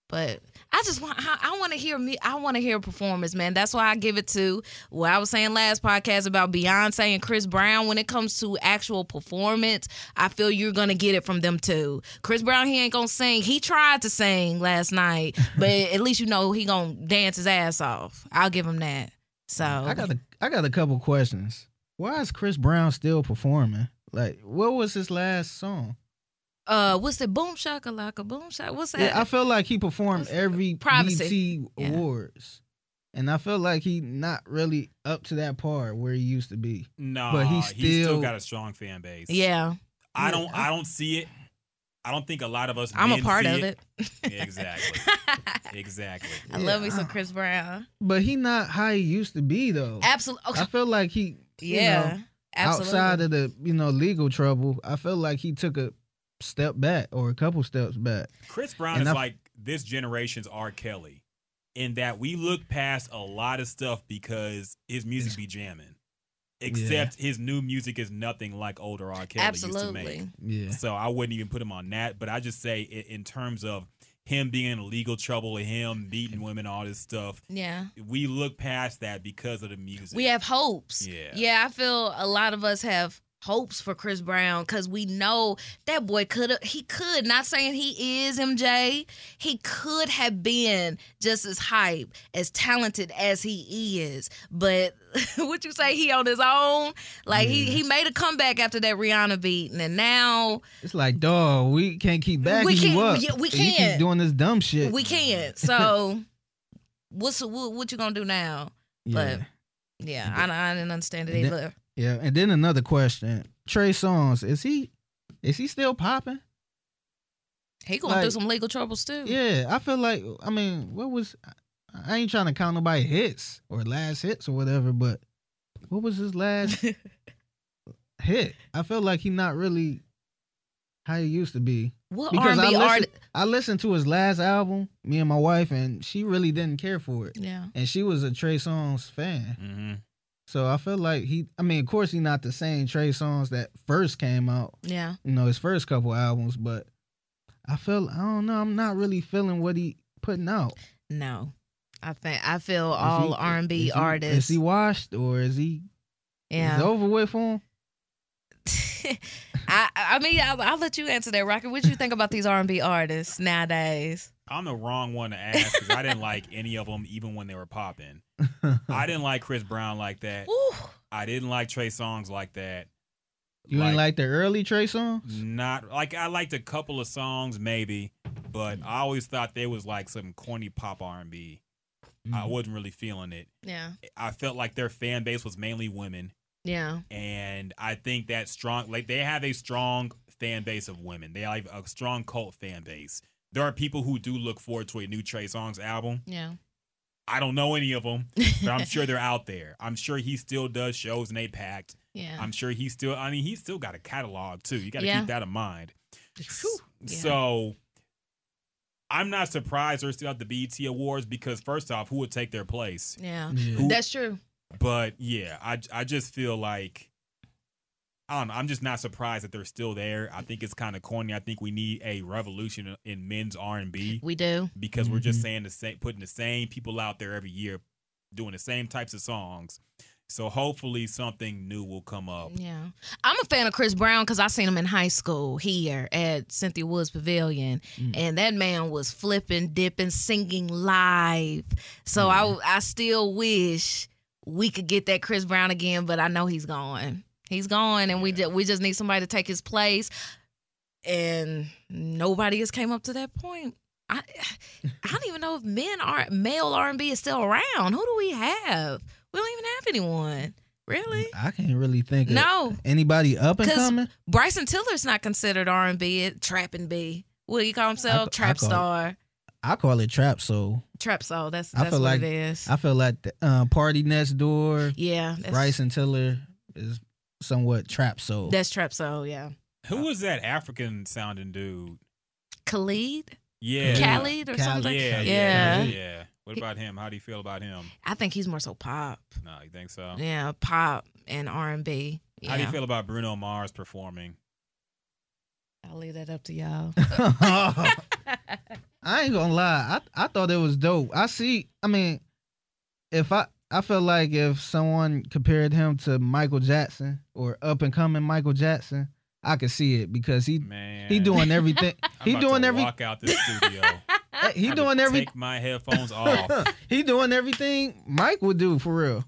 [SPEAKER 2] but I just want I, I want to hear me I want to hear a performance, man. That's why I give it to what I was saying last podcast about Beyonce and Chris Brown. When it comes to actual performance, I feel you're gonna get it from them too. Chris Brown, he ain't gonna sing. He tried to sing last night, but at least you know he gonna dance his ass off. I'll give him that. So
[SPEAKER 3] I got a I got a couple questions. Why is Chris Brown still performing? Like what was his last song?
[SPEAKER 2] uh, what's that? Boom shakalaka, boom shak. What's that?
[SPEAKER 3] Yeah, I feel like he performed every
[SPEAKER 2] Privacy.
[SPEAKER 3] Privacy.
[SPEAKER 2] Yeah.
[SPEAKER 3] awards. And I feel like he not really up to that par where he used to be.
[SPEAKER 1] No,
[SPEAKER 3] But he
[SPEAKER 1] he's still
[SPEAKER 3] still-
[SPEAKER 1] got a strong fan base.
[SPEAKER 2] yeah,
[SPEAKER 1] I don't. I don't see it. I don't think a lot of us.
[SPEAKER 2] I'm a
[SPEAKER 1] men
[SPEAKER 2] part
[SPEAKER 1] see
[SPEAKER 2] of it.
[SPEAKER 1] Exactly. Exactly.
[SPEAKER 2] I love me
[SPEAKER 3] Yeah.
[SPEAKER 2] some Chris Brown.
[SPEAKER 3] But he not how he used to be though.
[SPEAKER 2] Absolutely.
[SPEAKER 3] I feel like he you
[SPEAKER 2] yeah.
[SPEAKER 3] know,
[SPEAKER 2] absolutely.
[SPEAKER 3] outside of the, you know, legal trouble, I feel like he took a step back or a couple steps back.
[SPEAKER 1] Chris Brown
[SPEAKER 3] And
[SPEAKER 1] is
[SPEAKER 3] I-
[SPEAKER 1] like this generation's R. Kelly, in that we look past a lot of stuff because his music be jamming. Except his new music is nothing like older R. Kelly used to
[SPEAKER 2] absolutely.
[SPEAKER 3] Yeah.
[SPEAKER 1] make. So I wouldn't even put him on that. But I just say i- in terms of him being in legal trouble, him beating women, all this stuff.
[SPEAKER 2] Yeah.
[SPEAKER 1] We look past that because of the music.
[SPEAKER 2] We have hopes.
[SPEAKER 1] Yeah.
[SPEAKER 2] Yeah, I feel a lot of us have hopes for Chris Brown because we know that boy could have he could not saying he is MJ he could have been just as hype as talented as he is but would you say he on his own like he he made a comeback after that Rihanna beating and now
[SPEAKER 3] It's like, dog, we can't keep backing
[SPEAKER 2] can't-
[SPEAKER 3] you up.
[SPEAKER 2] yeah, we
[SPEAKER 3] You keep
[SPEAKER 2] can't.
[SPEAKER 3] doing this dumb shit.
[SPEAKER 2] we can't so what's what, what you gonna do now
[SPEAKER 3] yeah.
[SPEAKER 2] but- yeah I, I didn't understand it
[SPEAKER 3] And then-
[SPEAKER 2] either
[SPEAKER 3] yeah. And then another question: Trey Songz is he is he still popping?
[SPEAKER 2] he going through
[SPEAKER 3] like-
[SPEAKER 2] some legal troubles too
[SPEAKER 3] Yeah, I feel like I mean, what was I ain't trying to count nobody hits or last hits or whatever, but what was his last hit? I feel like he not really how he used to be.
[SPEAKER 2] what
[SPEAKER 3] Because
[SPEAKER 2] R&B
[SPEAKER 3] I listened,
[SPEAKER 2] artist
[SPEAKER 3] I listened to his last album, me and my wife, and she really didn't care for it.
[SPEAKER 2] yeah
[SPEAKER 3] And she was a Trey Songz fan.
[SPEAKER 1] hmm
[SPEAKER 3] So I feel like he I mean, of course he's not the same Trey Songz that first came out,
[SPEAKER 2] yeah
[SPEAKER 3] you know, his first couple albums, but I feel I don't know, I'm not really feeling what he putting out.
[SPEAKER 2] No, I think I feel
[SPEAKER 3] Is
[SPEAKER 2] all
[SPEAKER 3] he-
[SPEAKER 2] R and B
[SPEAKER 3] is he- Is
[SPEAKER 2] artists.
[SPEAKER 3] he washed or is he is it
[SPEAKER 2] yeah,
[SPEAKER 3] over with for him?
[SPEAKER 2] I I mean I'll, I'll let you answer that, Rocket. What you think about these R and B artists nowadays?
[SPEAKER 1] I'm the wrong one to ask because I didn't like any of them, even when they were popping. I didn't like Chris Brown like that.
[SPEAKER 2] Ooh,
[SPEAKER 1] I didn't like Trey Songs like that.
[SPEAKER 3] you ain't like the early Trey songs?
[SPEAKER 1] Not like I liked a couple of songs maybe, but I always thought they was like some corny pop R and B.
[SPEAKER 3] Mm.
[SPEAKER 1] I
[SPEAKER 3] Mm-hmm.
[SPEAKER 1] wasn't really feeling it.
[SPEAKER 2] yeah,
[SPEAKER 1] I felt like their fan base was mainly women,
[SPEAKER 2] yeah,
[SPEAKER 1] and I think that strong like they have a strong fan base of women. They have a strong cult fan base. There are people who do look forward to a new Trey Songs album.
[SPEAKER 2] yeah.
[SPEAKER 1] I don't know any of them, but I'm sure they're out there. I'm sure he still does shows and they packed.
[SPEAKER 2] yeah.
[SPEAKER 1] I'm sure he still. I mean, he's still got a catalog too. You got to
[SPEAKER 2] Yeah.
[SPEAKER 1] keep that in mind.
[SPEAKER 2] Phew. Yeah.
[SPEAKER 1] So I'm not surprised they're still at the BET Awards because first off, who would take their place?
[SPEAKER 2] yeah,
[SPEAKER 3] Yeah.
[SPEAKER 1] Who-
[SPEAKER 2] that's true.
[SPEAKER 1] But yeah, I I just feel like I don't know. I'm just not surprised that they're still there. I think it's kind of corny. I think we need a revolution in men's R&B
[SPEAKER 2] We do.
[SPEAKER 1] because we're just
[SPEAKER 3] Mhm.
[SPEAKER 1] saying the same, putting the same people out there every year, doing the same types of songs. So hopefully something new will come up.
[SPEAKER 2] Yeah, I'm a fan of Chris Brown because I seen him in high school here at Cynthia Woods Pavilion,
[SPEAKER 3] Mm.
[SPEAKER 2] and that man was flipping, dipping, singing live. So I, I still wish we could get that Chris Brown again, but I know he's gone. He's gone, and we just, we just need somebody to take his place. And nobody has came up to that point. I I don't even know if men are male R and B is still around. Who do we have? We don't even have anyone. Really?
[SPEAKER 3] I can't really think of
[SPEAKER 2] No,
[SPEAKER 3] anybody up and
[SPEAKER 2] 'Cause
[SPEAKER 3] coming.
[SPEAKER 2] Bryson Tiller's not considered R and B, trap and B. What do you call
[SPEAKER 3] I
[SPEAKER 2] himself?
[SPEAKER 3] ca-
[SPEAKER 2] trap
[SPEAKER 3] I call it-
[SPEAKER 2] star,
[SPEAKER 3] I call it trap soul.
[SPEAKER 2] trap soul. That's
[SPEAKER 3] I
[SPEAKER 2] that's what
[SPEAKER 3] feel
[SPEAKER 2] it
[SPEAKER 3] like-
[SPEAKER 2] is.
[SPEAKER 3] I feel like the, uh, Party Next Door,
[SPEAKER 2] yeah, that's,
[SPEAKER 3] Bryson Tiller is somewhat trap soul.
[SPEAKER 2] That's trap soul. Yeah,
[SPEAKER 3] Uh,
[SPEAKER 1] Who was that African sounding dude?
[SPEAKER 2] Khalid,
[SPEAKER 1] Yeah.
[SPEAKER 2] Khalid, or
[SPEAKER 3] Khalid.
[SPEAKER 2] something.
[SPEAKER 1] Yeah, yeah, yeah,
[SPEAKER 2] Yeah.
[SPEAKER 1] yeah. What about him? How do you feel about him?
[SPEAKER 2] I think he's more so pop.
[SPEAKER 1] No, you think
[SPEAKER 3] Oh.
[SPEAKER 1] so?
[SPEAKER 2] Yeah, pop and R and B. Yeah,
[SPEAKER 1] How do you feel about Bruno Mars performing?
[SPEAKER 2] I'll leave that up to y'all.
[SPEAKER 3] I ain't gonna lie. I I thought it was dope. I see. I mean, if I I feel like if someone compared him to Michael Jackson or up and coming Michael Jackson, I could see it because he
[SPEAKER 1] Man,
[SPEAKER 3] he doing everything.
[SPEAKER 1] I'm
[SPEAKER 3] he
[SPEAKER 1] about to
[SPEAKER 3] doing every- eh,
[SPEAKER 1] Walk out the studio.
[SPEAKER 3] he
[SPEAKER 1] Had to
[SPEAKER 3] doing every
[SPEAKER 1] Take my headphones off.
[SPEAKER 3] he doing everything Mike would do for real.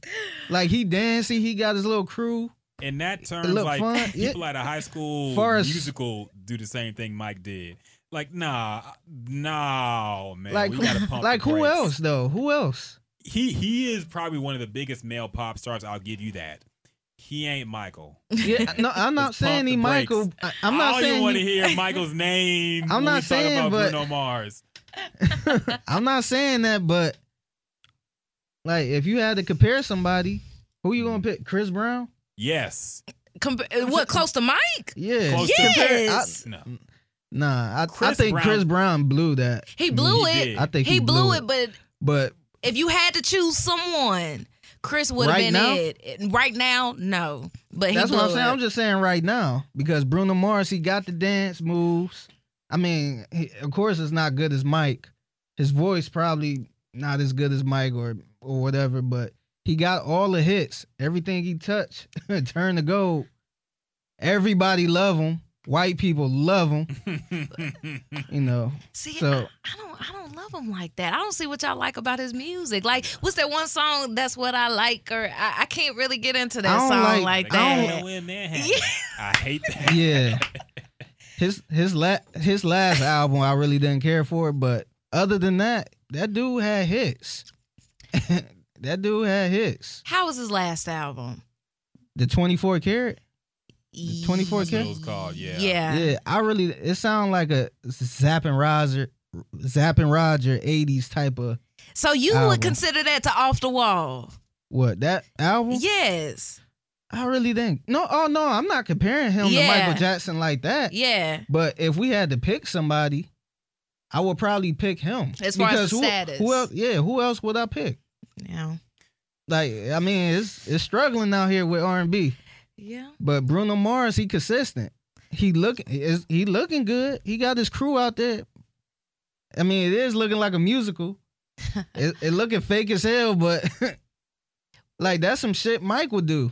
[SPEAKER 3] Like he dancing. He got his little crew.
[SPEAKER 1] In that terms,
[SPEAKER 3] looked
[SPEAKER 1] like
[SPEAKER 3] fun, yeah.
[SPEAKER 1] people at a high school
[SPEAKER 3] Far as-
[SPEAKER 1] musical do the same thing Mike did. Like, nah, nah, man.
[SPEAKER 3] Like
[SPEAKER 1] we
[SPEAKER 3] who-
[SPEAKER 1] gotta pump the
[SPEAKER 3] Like who
[SPEAKER 1] brakes.
[SPEAKER 3] else though? Who else?
[SPEAKER 1] He he is probably one of the biggest male pop stars. I'll give you that. He ain't Michael.
[SPEAKER 3] Yeah, no, I'm not
[SPEAKER 1] Just
[SPEAKER 3] saying
[SPEAKER 1] pump
[SPEAKER 3] he
[SPEAKER 1] the brakes.
[SPEAKER 3] Michael. I, am not
[SPEAKER 1] I don't
[SPEAKER 3] saying
[SPEAKER 1] want
[SPEAKER 3] he-
[SPEAKER 1] to hear Michael's name.
[SPEAKER 3] I'm
[SPEAKER 1] when
[SPEAKER 3] not
[SPEAKER 1] we
[SPEAKER 3] saying,
[SPEAKER 1] talk about
[SPEAKER 3] but-
[SPEAKER 1] Bruno Mars.
[SPEAKER 3] I'm not saying that, but like if you had to compare somebody, who you gonna pick? Chris Brown?
[SPEAKER 1] Yes,
[SPEAKER 2] Com- uh, what close to Mike?
[SPEAKER 3] Yeah.
[SPEAKER 1] Close
[SPEAKER 2] Yes.
[SPEAKER 1] to
[SPEAKER 3] Yes.
[SPEAKER 1] no.
[SPEAKER 3] Nah, I, I
[SPEAKER 1] Chris
[SPEAKER 3] think
[SPEAKER 1] Brown-
[SPEAKER 3] Chris Brown blew that.
[SPEAKER 2] He blew
[SPEAKER 1] He
[SPEAKER 2] it.
[SPEAKER 1] did.
[SPEAKER 3] I think
[SPEAKER 2] He blew it, but
[SPEAKER 3] But
[SPEAKER 2] if you had to choose someone, Chris would have
[SPEAKER 3] Right
[SPEAKER 2] been
[SPEAKER 3] now?
[SPEAKER 2] it. Right now, no. But he
[SPEAKER 3] that's what I'm
[SPEAKER 2] blew
[SPEAKER 3] saying.
[SPEAKER 2] it.
[SPEAKER 3] I'm just saying right now because Bruno Mars he got the dance moves. I mean, he, of course it's not good as Mike. His voice probably not as good as Mike or or whatever, but he got all the hits. Everything he touched turned to gold. Everybody love him. White people love him. You know.
[SPEAKER 2] See, I,
[SPEAKER 3] So-
[SPEAKER 2] I don't, I don't love him like that. I don't see what y'all like about his music. Like, what's that one song? That's what I like, or I, I can't really get into that
[SPEAKER 3] I don't
[SPEAKER 2] song like,
[SPEAKER 3] like-
[SPEAKER 1] I
[SPEAKER 3] I
[SPEAKER 2] that.
[SPEAKER 1] don't know in Manhattan. I hate that.
[SPEAKER 3] Yeah. His his la- his last album I really didn't care for, it, but other than that, that dude had hits. that dude had hits.
[SPEAKER 2] How was his last album?
[SPEAKER 3] The 24 karat. The 24
[SPEAKER 1] That's what it
[SPEAKER 3] karat.
[SPEAKER 1] was called. Yeah.
[SPEAKER 2] Yeah.
[SPEAKER 3] Yeah, I really it sound like a zapping Roger zapping Roger 80s type of
[SPEAKER 2] So you
[SPEAKER 3] Album.
[SPEAKER 2] would consider that to off the wall?
[SPEAKER 3] what that album?
[SPEAKER 2] Yes.
[SPEAKER 3] I really didn't. No, oh no, I'm not comparing him
[SPEAKER 2] Yeah.
[SPEAKER 3] to Michael Jackson like that.
[SPEAKER 2] Yeah.
[SPEAKER 3] But if we had to pick somebody, I would probably pick him.
[SPEAKER 2] As far as
[SPEAKER 3] Because
[SPEAKER 2] the
[SPEAKER 3] who,
[SPEAKER 2] status.
[SPEAKER 3] who else? Yeah, who else would I pick?
[SPEAKER 2] Yeah.
[SPEAKER 3] Like, I mean, it's it's struggling out here with R and B.
[SPEAKER 2] Yeah.
[SPEAKER 3] But Bruno Mars, he consistent. He look is he looking good. He got his crew out there. I mean, it is looking like a musical. it, it looking fake as hell, but like that's some shit Mike would do.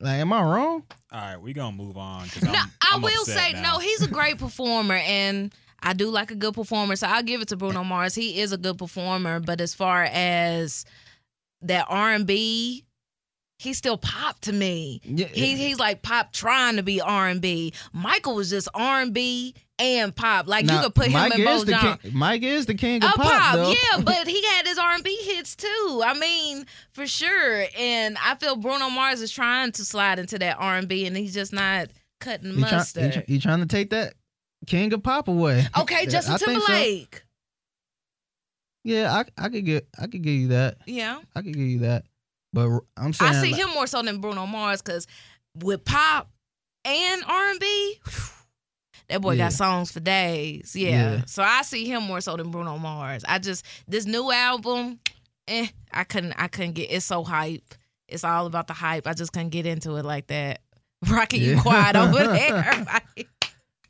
[SPEAKER 3] Like, am I wrong?
[SPEAKER 1] All right, we gonna move on. 'cause
[SPEAKER 2] No,
[SPEAKER 1] I'm,
[SPEAKER 2] I
[SPEAKER 1] I'm
[SPEAKER 2] will
[SPEAKER 1] upset
[SPEAKER 2] say
[SPEAKER 1] now.
[SPEAKER 2] no. He's a great performer, and I do like a good performer. So I'll give it to Bruno Mars. He is a good performer, but as far as that R and B, he's still pop to me.
[SPEAKER 3] Yeah,
[SPEAKER 2] He, he's like pop trying to be R and B. Michael was just R and B and pop. Like
[SPEAKER 3] Now,
[SPEAKER 2] you could put him
[SPEAKER 3] Mike
[SPEAKER 2] in
[SPEAKER 3] is
[SPEAKER 2] both
[SPEAKER 3] the
[SPEAKER 2] genres.
[SPEAKER 3] king- Mike is the king
[SPEAKER 2] A
[SPEAKER 3] of
[SPEAKER 2] Oh, pop,
[SPEAKER 3] pop, though.
[SPEAKER 2] yeah, but he had his R and B hits too. I mean, for sure. And I feel Bruno Mars is trying to slide into that R and B, and he's just not cutting
[SPEAKER 3] He try-
[SPEAKER 2] mustard. Oh.
[SPEAKER 3] he, try- he trying to take that king of pop away.
[SPEAKER 2] Okay,
[SPEAKER 3] Yeah,
[SPEAKER 2] Justin
[SPEAKER 3] I think so.
[SPEAKER 2] Timberlake.
[SPEAKER 3] Yeah, I I could get I could give you that.
[SPEAKER 2] Yeah.
[SPEAKER 3] I could give you that. But r- I'm saying
[SPEAKER 2] I see
[SPEAKER 3] like-
[SPEAKER 2] him more so than Bruno Mars because with pop and R and B, that boy
[SPEAKER 3] Yeah.
[SPEAKER 2] got songs for days. Yeah.
[SPEAKER 3] Yeah.
[SPEAKER 2] So I see him more so than Bruno Mars. I just this new album, eh, I couldn't I couldn't get it's so hype. It's all about the hype. I just couldn't get into it like that. Rocky, you
[SPEAKER 3] Yeah.
[SPEAKER 2] quiet over there. Like,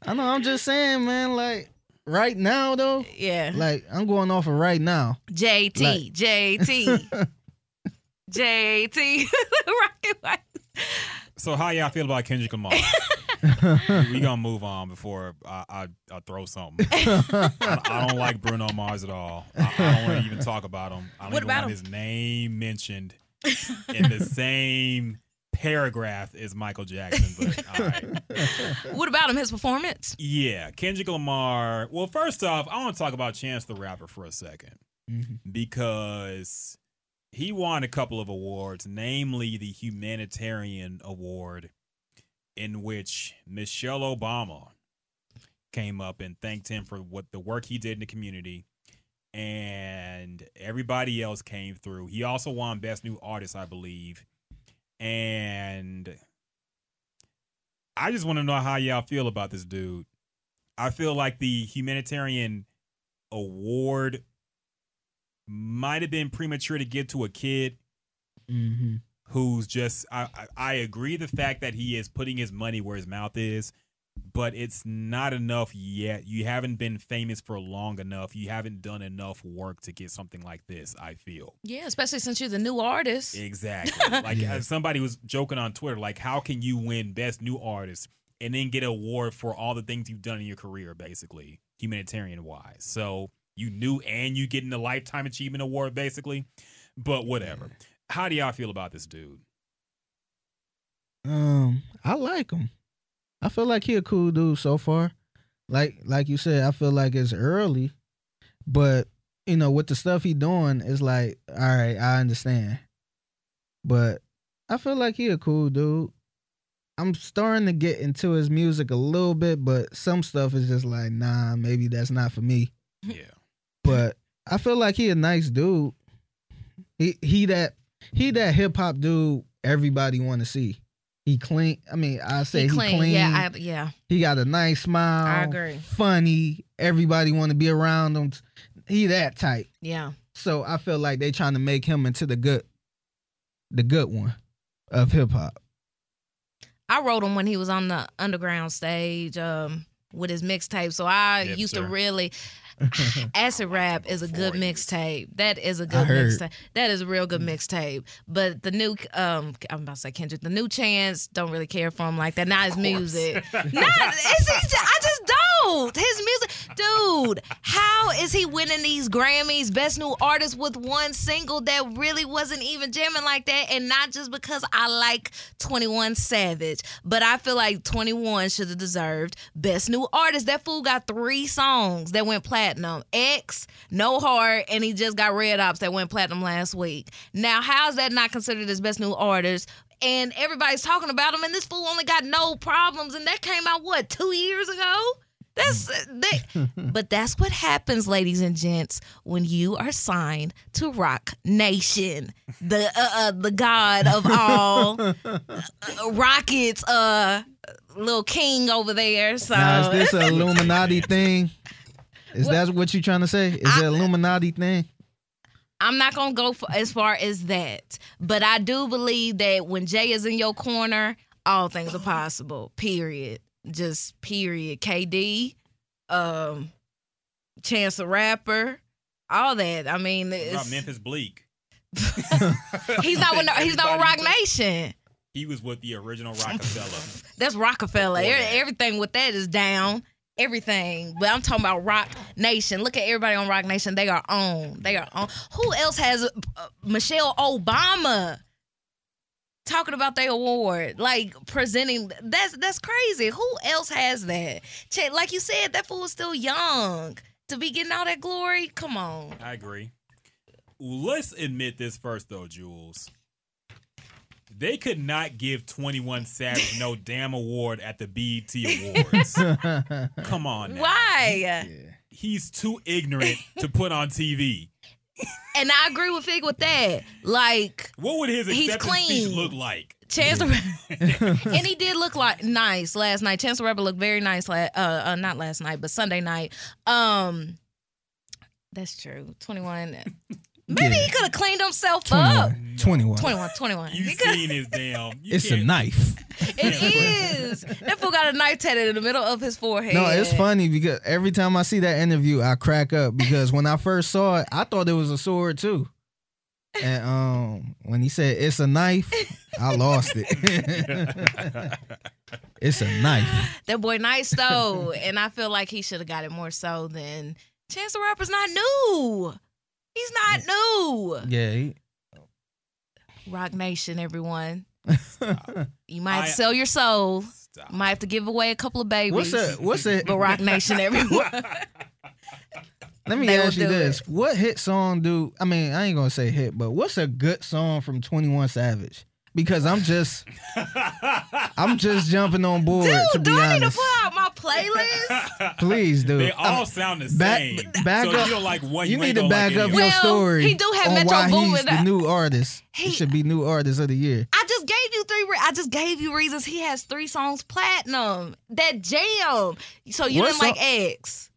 [SPEAKER 3] I know. I'm just saying, man. Like right now, though.
[SPEAKER 2] yeah.
[SPEAKER 3] Like I'm going off of right now.
[SPEAKER 2] JT,
[SPEAKER 3] Like-
[SPEAKER 2] JT. JT. Rocky like
[SPEAKER 1] So how y'all feel about Kendrick Lamar?
[SPEAKER 3] Mm-hmm.
[SPEAKER 1] we gonna move on before I I, I throw something. I, I don't like Bruno Mars at all. I, I don't want to even talk about him. I don't
[SPEAKER 2] What
[SPEAKER 1] even
[SPEAKER 2] about
[SPEAKER 1] want
[SPEAKER 2] him?
[SPEAKER 1] his name mentioned in the same paragraph as Michael Jackson. But all right.
[SPEAKER 2] What about him? His performance?
[SPEAKER 1] Yeah, Kendrick Lamar. Well, first off, I want to talk about Chance the Rapper for a second
[SPEAKER 3] Mhm.
[SPEAKER 1] because he won a couple of awards, namely the Humanitarian Award, in which Michelle Obama came up and thanked him for what the work he did in the community. And everybody else came through. He also won Best New Artist, I believe. And I just want to know how y'all feel about this dude. I feel like the humanitarian award might have been premature to give to a kid
[SPEAKER 3] Mhm.
[SPEAKER 1] who's just I, I I agree the fact that he is putting his money where his mouth is, but it's not enough yet. You haven't been famous for long enough. You haven't done enough work to get something like this, I feel.
[SPEAKER 2] Yeah, especially since you're the new artist.
[SPEAKER 1] Exactly. Like
[SPEAKER 3] Yeah.
[SPEAKER 1] uh, somebody was joking on Twitter, like, how can you win Best New Artist and then get an award for all the things you've done in your career, basically, humanitarian wise? So you knew and you getting a Lifetime Achievement Award, basically. But whatever. How do y'all feel about this dude?
[SPEAKER 3] Um, I like him. I feel like he a cool dude so far. Like like you said, I feel like it's early, but you know with the stuff he doing, it's like all right, I understand. But I feel like he a cool dude. I'm starting to get into his music a little bit, but some stuff is just like, nah, maybe that's not for me.
[SPEAKER 1] Yeah.
[SPEAKER 3] but I feel like he a nice dude. He he that he that hip hop dude everybody want to see. He clean. I mean, I say he clean. Oh.
[SPEAKER 2] Yeah, I, yeah,
[SPEAKER 3] he got a nice smile.
[SPEAKER 2] I agree.
[SPEAKER 3] Funny. Everybody want to be around him. He that type.
[SPEAKER 2] yeah.
[SPEAKER 3] So I feel like they trying to make him into the good, the good one of hip hop.
[SPEAKER 2] I wrote him when he was on the underground stage. Um, with his mixtape. So I
[SPEAKER 1] Hipster.
[SPEAKER 2] used to really Acid Rap is a good mixtape. That is a
[SPEAKER 3] I
[SPEAKER 2] good
[SPEAKER 3] heard.
[SPEAKER 2] mixtape. That is a real good mixtape. But the new um I'm about to say Kendrick, the new chance, don't really care for him like that. Not his music. Not it's, it's just, I just don't. His music dude, how is he winning these Grammys, best new artist with one single that really wasn't even jamming like that? And not just because I like 21 Savage, but I feel like 21 should have deserved best new artist. That fool got three songs that went platinum. X, No Heart, and he just got Red Ops that went platinum last week. Now, how's that not considered as best new artist? And everybody's talking about him, and this fool only got no problems. And that came out what two years ago? That's that, but that's what happens, ladies and gents, when you are signed to Rock Nation, the uh, uh, the god of all uh, Rockets, uh, little king over there. So
[SPEAKER 3] Now, is this an Illuminati thing? Is
[SPEAKER 2] Well,
[SPEAKER 3] that what you trying to say? Is
[SPEAKER 2] I-
[SPEAKER 3] it Illuminati thing?
[SPEAKER 2] I'm not gonna go for, as far as that, but I do believe that when Jay is in your corner, all things are possible. Period. Just period. KD, um, Chance the Rapper, all that. I mean,
[SPEAKER 1] What about
[SPEAKER 2] it's,
[SPEAKER 1] Memphis Bleak.
[SPEAKER 2] he's not with, no- he's not with Rock
[SPEAKER 1] Everybody-
[SPEAKER 2] Nation.
[SPEAKER 1] He was with the original Rockefeller.
[SPEAKER 2] That's Rockefeller.
[SPEAKER 1] Before
[SPEAKER 2] Every-
[SPEAKER 1] that.
[SPEAKER 2] everything with that is down. Everything, but I'm talking about Rock Nation. Look at everybody on Rock Nation. They are on. They are on. Who else has uh, Michelle Obama talking about their award, like presenting? That's that's crazy. Who else has that? Che- Like you said, that fool is still young to be getting all that glory. Come on.
[SPEAKER 1] I agree. Let's admit this first, though, Jules. They could not give 21 Savage no damn award at the BET Awards.
[SPEAKER 3] yeah.
[SPEAKER 1] Come on. now.
[SPEAKER 2] Why?
[SPEAKER 1] He's too ignorant to put on TV.
[SPEAKER 2] And I agree with Fig with that. Like
[SPEAKER 1] What would his
[SPEAKER 2] He's
[SPEAKER 1] acceptance speech
[SPEAKER 2] clean.
[SPEAKER 1] look like?
[SPEAKER 2] Chance the and he did look like nice last night. Chance the Rapper looked very nice. La- uh, uh, not last night, but Sunday night. Um, that's true. Twenty one. Maybe he
[SPEAKER 3] Yeah.
[SPEAKER 2] could have cleaned himself up.
[SPEAKER 3] 21. 21.
[SPEAKER 2] 21, 21.
[SPEAKER 1] You
[SPEAKER 2] He coulda-
[SPEAKER 1] seen his damn. you
[SPEAKER 3] It's a
[SPEAKER 1] can't-
[SPEAKER 3] knife.
[SPEAKER 2] it is. That fool got a knife tatted in the middle of his forehead.
[SPEAKER 3] No, it's funny because every time I see that interview, I crack up because when I first saw it, I thought it was a sword too. And um, when he said it's a knife, I lost it. it's a knife.
[SPEAKER 2] That boy nice though, and I feel like he should have got it more so than Chance the Rapper's not new. He's not new.
[SPEAKER 3] Yeah. he-
[SPEAKER 2] Rock Nation, everyone. You might
[SPEAKER 1] I-
[SPEAKER 2] sell your soul.
[SPEAKER 1] Stop.
[SPEAKER 2] Might have to give away a couple of babies.
[SPEAKER 3] what's a what's a
[SPEAKER 2] But Rock Nation, everyone.
[SPEAKER 3] Let me
[SPEAKER 2] They will
[SPEAKER 3] ask you
[SPEAKER 2] do
[SPEAKER 3] this: What hit song do? I mean, I ain't gonna say hit, but what's a good song from Twenty One Savage? Because I'm just, I'm just jumping on board. to
[SPEAKER 2] Dude,
[SPEAKER 3] be
[SPEAKER 2] do I need to
[SPEAKER 3] honest,
[SPEAKER 2] pull out my playlist?
[SPEAKER 3] please, dude.
[SPEAKER 1] They
[SPEAKER 3] I
[SPEAKER 1] all
[SPEAKER 3] mean,
[SPEAKER 1] sound the
[SPEAKER 3] back-
[SPEAKER 1] same.
[SPEAKER 3] back
[SPEAKER 1] so
[SPEAKER 3] up.
[SPEAKER 1] you don't like one.
[SPEAKER 3] you
[SPEAKER 1] ain't
[SPEAKER 3] need to
[SPEAKER 1] gonna
[SPEAKER 3] back
[SPEAKER 1] like
[SPEAKER 3] up
[SPEAKER 1] any
[SPEAKER 3] your
[SPEAKER 1] of
[SPEAKER 2] Well,
[SPEAKER 1] them.
[SPEAKER 3] story.
[SPEAKER 2] he do have
[SPEAKER 3] on
[SPEAKER 2] Metro
[SPEAKER 3] why
[SPEAKER 2] Boomin
[SPEAKER 3] he's the
[SPEAKER 2] out.
[SPEAKER 3] new artist.
[SPEAKER 2] He-
[SPEAKER 3] He should be new artist of the year.
[SPEAKER 2] I just gave you three. Re- I just gave you reasons he has three songs platinum. That jam. So you
[SPEAKER 3] What
[SPEAKER 2] didn't like
[SPEAKER 3] song-
[SPEAKER 2] X.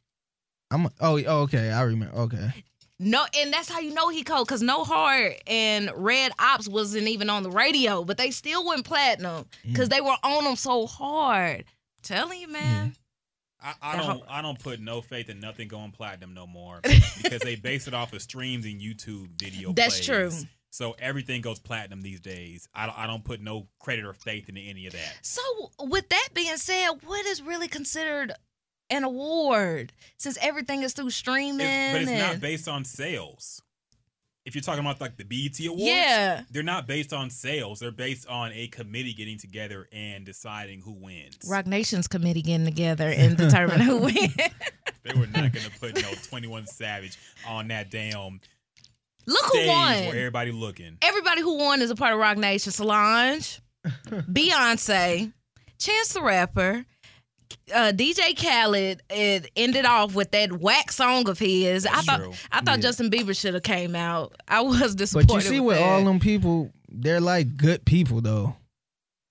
[SPEAKER 3] I'm. Oh, oh, okay. I remember. Okay.
[SPEAKER 2] No, and that's how you know he cold, cause No Heart and Red Ops wasn't even on the radio, but they still went platinum,
[SPEAKER 3] Mm.
[SPEAKER 2] cause they were on them so hard. Telling you,
[SPEAKER 3] Mm.
[SPEAKER 2] man.
[SPEAKER 1] I, I
[SPEAKER 2] Now-
[SPEAKER 1] don't I don't put no faith in nothing going platinum no more because they base it off of streams and YouTube video.
[SPEAKER 2] That's
[SPEAKER 1] plays.
[SPEAKER 2] true.
[SPEAKER 1] So everything goes platinum these days. I don't, I don't put no credit or faith into any of that.
[SPEAKER 2] So, with that being said, what is really considered an award since everything is through streaming?
[SPEAKER 1] It's, but it's not
[SPEAKER 2] and-
[SPEAKER 1] based on sales. If you're talking about like the BET awards,
[SPEAKER 2] yeah.
[SPEAKER 1] they're not based on sales. They're based on a committee getting together and deciding who wins.
[SPEAKER 2] Rock Nation's committee getting together and determine who wins.
[SPEAKER 1] They were not going to put no 21 Savage on that damn
[SPEAKER 2] Look
[SPEAKER 1] stage
[SPEAKER 2] who
[SPEAKER 1] where
[SPEAKER 2] won.
[SPEAKER 1] everybody looking.
[SPEAKER 2] Everybody who won is a part of Rock Nation. Solange, Beyonce, Chance the Rapper, uh, DJ Khaled. It ended off with that whack song of his. I
[SPEAKER 1] That's
[SPEAKER 2] thought
[SPEAKER 1] true.
[SPEAKER 2] I thought
[SPEAKER 3] Yeah.
[SPEAKER 2] Justin Bieber should have came out. I was disappointed.
[SPEAKER 3] But you see, with
[SPEAKER 2] that.
[SPEAKER 3] all them people, they're like good people though.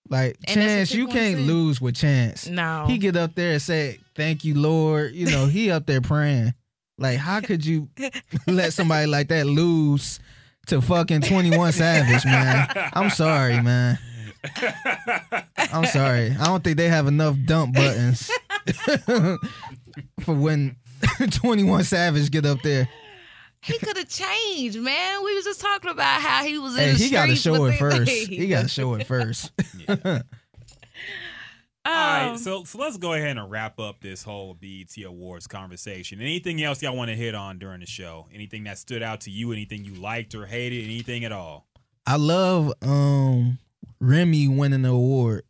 [SPEAKER 3] Like
[SPEAKER 2] And that's what
[SPEAKER 3] Chance, you
[SPEAKER 2] people wanna
[SPEAKER 3] can't
[SPEAKER 2] see.
[SPEAKER 3] lose with Chance.
[SPEAKER 2] no,
[SPEAKER 3] He get up there and say, "Thank you, Lord." You know, he up there praying. Like, how could you let somebody like that lose to fucking Twenty One Savage, man? I'm sorry, man. I'm sorry. I don't think they have enough dump buttons for when 21 Savage get up there.
[SPEAKER 2] He could have changed, man. We was just talking about how he was in
[SPEAKER 3] Hey,
[SPEAKER 2] the
[SPEAKER 3] he got to
[SPEAKER 2] streets
[SPEAKER 3] show
[SPEAKER 2] with
[SPEAKER 3] it
[SPEAKER 2] the-
[SPEAKER 3] first. He got to show it first.
[SPEAKER 2] Um,
[SPEAKER 1] All right, so so let's go ahead and wrap up this whole BET Awards conversation. Anything else y'all want to hit on during the show? Anything that stood out to you? Anything you liked or hated? Anything at all?
[SPEAKER 3] I love um Remy winning the award.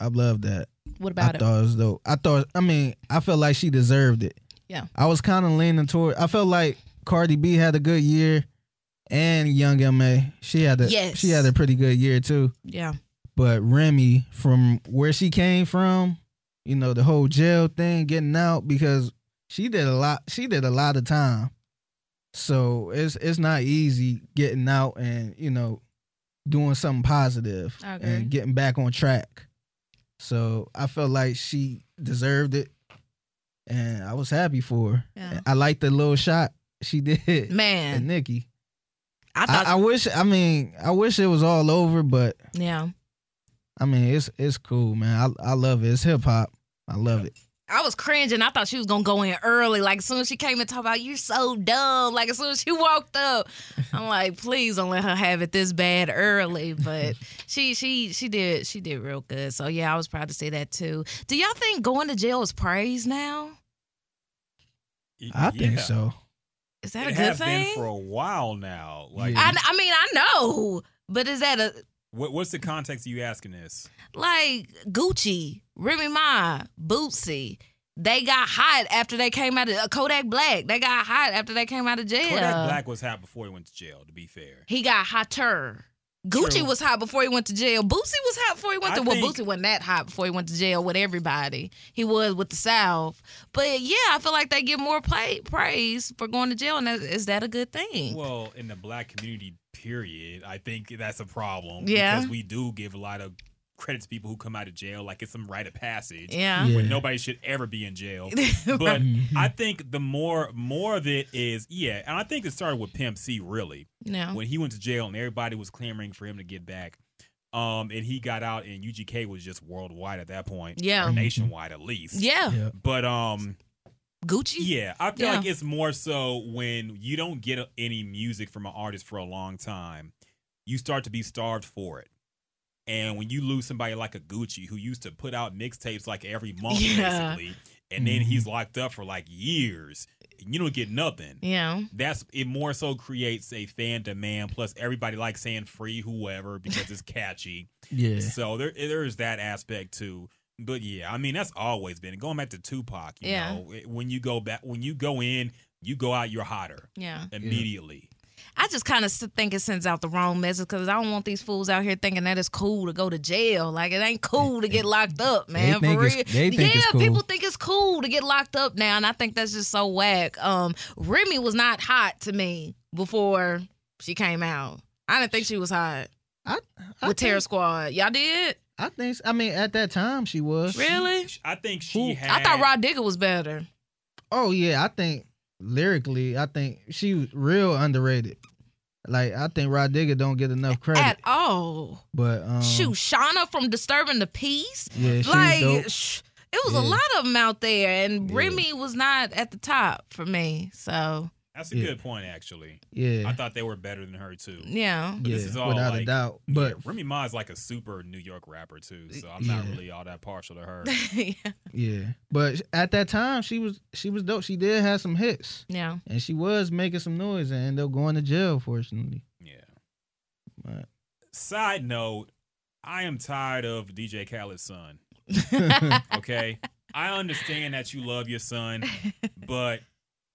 [SPEAKER 3] I love that.
[SPEAKER 2] what about
[SPEAKER 3] I
[SPEAKER 2] it?
[SPEAKER 3] thought it was dope. I thought I mean, I felt like she deserved it.
[SPEAKER 2] Yeah.
[SPEAKER 3] I was kind of leaning toward I felt like Cardi B had a good year and Young MA. She had a
[SPEAKER 2] Yes.
[SPEAKER 3] she had a pretty good year too.
[SPEAKER 2] Yeah.
[SPEAKER 3] But Remy from where she came from, you know, the whole jail thing, getting out because she did a lot she did a lot of time. So it's it's not easy getting out and, you know, doing something positive
[SPEAKER 2] I agree.
[SPEAKER 3] and getting back on track. So I felt like she deserved it. And I was happy for her.
[SPEAKER 2] Yeah.
[SPEAKER 3] I liked the little shot she did. at
[SPEAKER 2] Man,
[SPEAKER 3] Nikki.
[SPEAKER 2] I
[SPEAKER 3] I,
[SPEAKER 2] thought
[SPEAKER 3] I wish I mean, I wish it was all over, but
[SPEAKER 2] yeah.
[SPEAKER 3] I mean, it's it's cool, man. I I love it. It's hip hop. I love it.
[SPEAKER 2] I was cringing. I thought she was gonna go in early. Like as soon as she came and talked about you're so dumb. Like as soon as she walked up, I'm like, please don't let her have it this bad early. But she she she did she did real good. So yeah, I was proud to see that too. Do y'all think going to jail is praise now?
[SPEAKER 3] I think
[SPEAKER 1] Yeah.
[SPEAKER 3] so.
[SPEAKER 2] Is that
[SPEAKER 1] it
[SPEAKER 2] a good
[SPEAKER 1] has been
[SPEAKER 2] thing?
[SPEAKER 1] for a while now. Like,
[SPEAKER 3] Yeah.
[SPEAKER 2] I, I mean I know, but is that a
[SPEAKER 1] what, what's the context of you asking this?
[SPEAKER 2] like Gucci, Remy Ma, Bootsy? They got hot after they came out of Kodak Black. They got hot after they came out of jail.
[SPEAKER 1] Kodak Black was hot before he went to jail. To be fair,
[SPEAKER 2] He got hotter. Gucci
[SPEAKER 1] True.
[SPEAKER 2] was hot before he went to jail. Boosie was hot before he went
[SPEAKER 1] I
[SPEAKER 2] to. Well,
[SPEAKER 1] think-
[SPEAKER 2] Boosie wasn't that hot before he went to jail with everybody. He was with the South, but yeah, I feel like they get more play, praise for going to jail, and that, is that a good thing?
[SPEAKER 1] well, in the black community, period, I think that's a problem.
[SPEAKER 2] Yeah.
[SPEAKER 1] because we do give a lot of credit to people who come out of jail like it's some rite of passage.
[SPEAKER 2] yeah.
[SPEAKER 3] Yeah.
[SPEAKER 1] When nobody should ever be in jail. But
[SPEAKER 2] Right.
[SPEAKER 3] Mhm.
[SPEAKER 1] I think the more more of it is yeah, and I think it started with Pimp C really
[SPEAKER 2] no.
[SPEAKER 1] when he went to jail and everybody was clamoring for him to get back, um, and he got out and UGK was just worldwide at that point,
[SPEAKER 2] Yeah.
[SPEAKER 1] or nationwide at least.
[SPEAKER 2] Yeah.
[SPEAKER 3] Yeah.
[SPEAKER 1] But um,
[SPEAKER 2] Gucci.
[SPEAKER 1] yeah, I feel
[SPEAKER 2] Yeah.
[SPEAKER 1] like it's more so when you don't get any music from an artist for a long time, you start to be starved for it. And when you lose somebody like a Gucci who used to put out mixtapes like every month
[SPEAKER 2] Yeah.
[SPEAKER 1] basically, and then
[SPEAKER 3] Mhm.
[SPEAKER 1] he's locked up for like years, and you don't get nothing.
[SPEAKER 2] Yeah.
[SPEAKER 1] That's it more so creates a fan demand plus everybody likes saying free whoever because it's catchy.
[SPEAKER 3] Yeah.
[SPEAKER 1] So there eh, there is that aspect too. But yeah, I mean that's always been going back to Tupac. You
[SPEAKER 2] Yeah.
[SPEAKER 1] know, it- when you go back, when you go in, you go out, you're hotter
[SPEAKER 2] Yeah.
[SPEAKER 1] immediately.
[SPEAKER 2] I just kind of think it sends out the wrong message because I don't want these fools out here thinking that it's cool to go to jail. Like it ain't cool to get locked up, man.
[SPEAKER 3] think
[SPEAKER 2] for
[SPEAKER 3] it's-
[SPEAKER 2] real,
[SPEAKER 3] they think
[SPEAKER 2] yeah,
[SPEAKER 3] it's cool.
[SPEAKER 2] people think it's cool to get locked up now, and I think that's just so whack. Um, Remy was not hot to me before she came out. I didn't think she was hot
[SPEAKER 3] I, I
[SPEAKER 2] with Terror
[SPEAKER 3] think,
[SPEAKER 2] Squad. Y'all did?
[SPEAKER 3] I think. I mean, at that time she was.
[SPEAKER 2] Really?
[SPEAKER 1] She- I think she
[SPEAKER 3] Eh. Who- I
[SPEAKER 1] had.
[SPEAKER 2] I thought Rod Digger was better.
[SPEAKER 3] Oh yeah, I think lyrically, I think she was real underrated. Like I think Rod Digger don't get enough credit,
[SPEAKER 2] At all.
[SPEAKER 3] but um,
[SPEAKER 2] Shoot, Shauna from Disturbing the Peace.
[SPEAKER 3] yeah, she was
[SPEAKER 2] like
[SPEAKER 3] dope.
[SPEAKER 2] sh- it was
[SPEAKER 3] Yeah.
[SPEAKER 2] a lot of them out there and
[SPEAKER 3] Yeah.
[SPEAKER 2] remy was not at the top for me so
[SPEAKER 1] That's a
[SPEAKER 3] Yeah.
[SPEAKER 1] good point, actually. I
[SPEAKER 3] Yeah,
[SPEAKER 1] thought they were better than her too.
[SPEAKER 2] yeah
[SPEAKER 3] yeah,
[SPEAKER 1] this is all,
[SPEAKER 3] without a
[SPEAKER 1] like,
[SPEAKER 3] doubt.
[SPEAKER 1] Yeah,
[SPEAKER 3] But
[SPEAKER 1] Remy Ma is like a super New York rapper too, so I'm not
[SPEAKER 3] Yeah.
[SPEAKER 1] really all that partial to her.
[SPEAKER 3] yeah, but at that time she was she was dope. She did have some hits,
[SPEAKER 2] yeah
[SPEAKER 3] and she was making some noise, and ended up going to jail. Fortunately,
[SPEAKER 1] Yeah.
[SPEAKER 3] Right.
[SPEAKER 1] Side note, I am tired of DJ Khaled's son. Okay, I understand that you love your son, but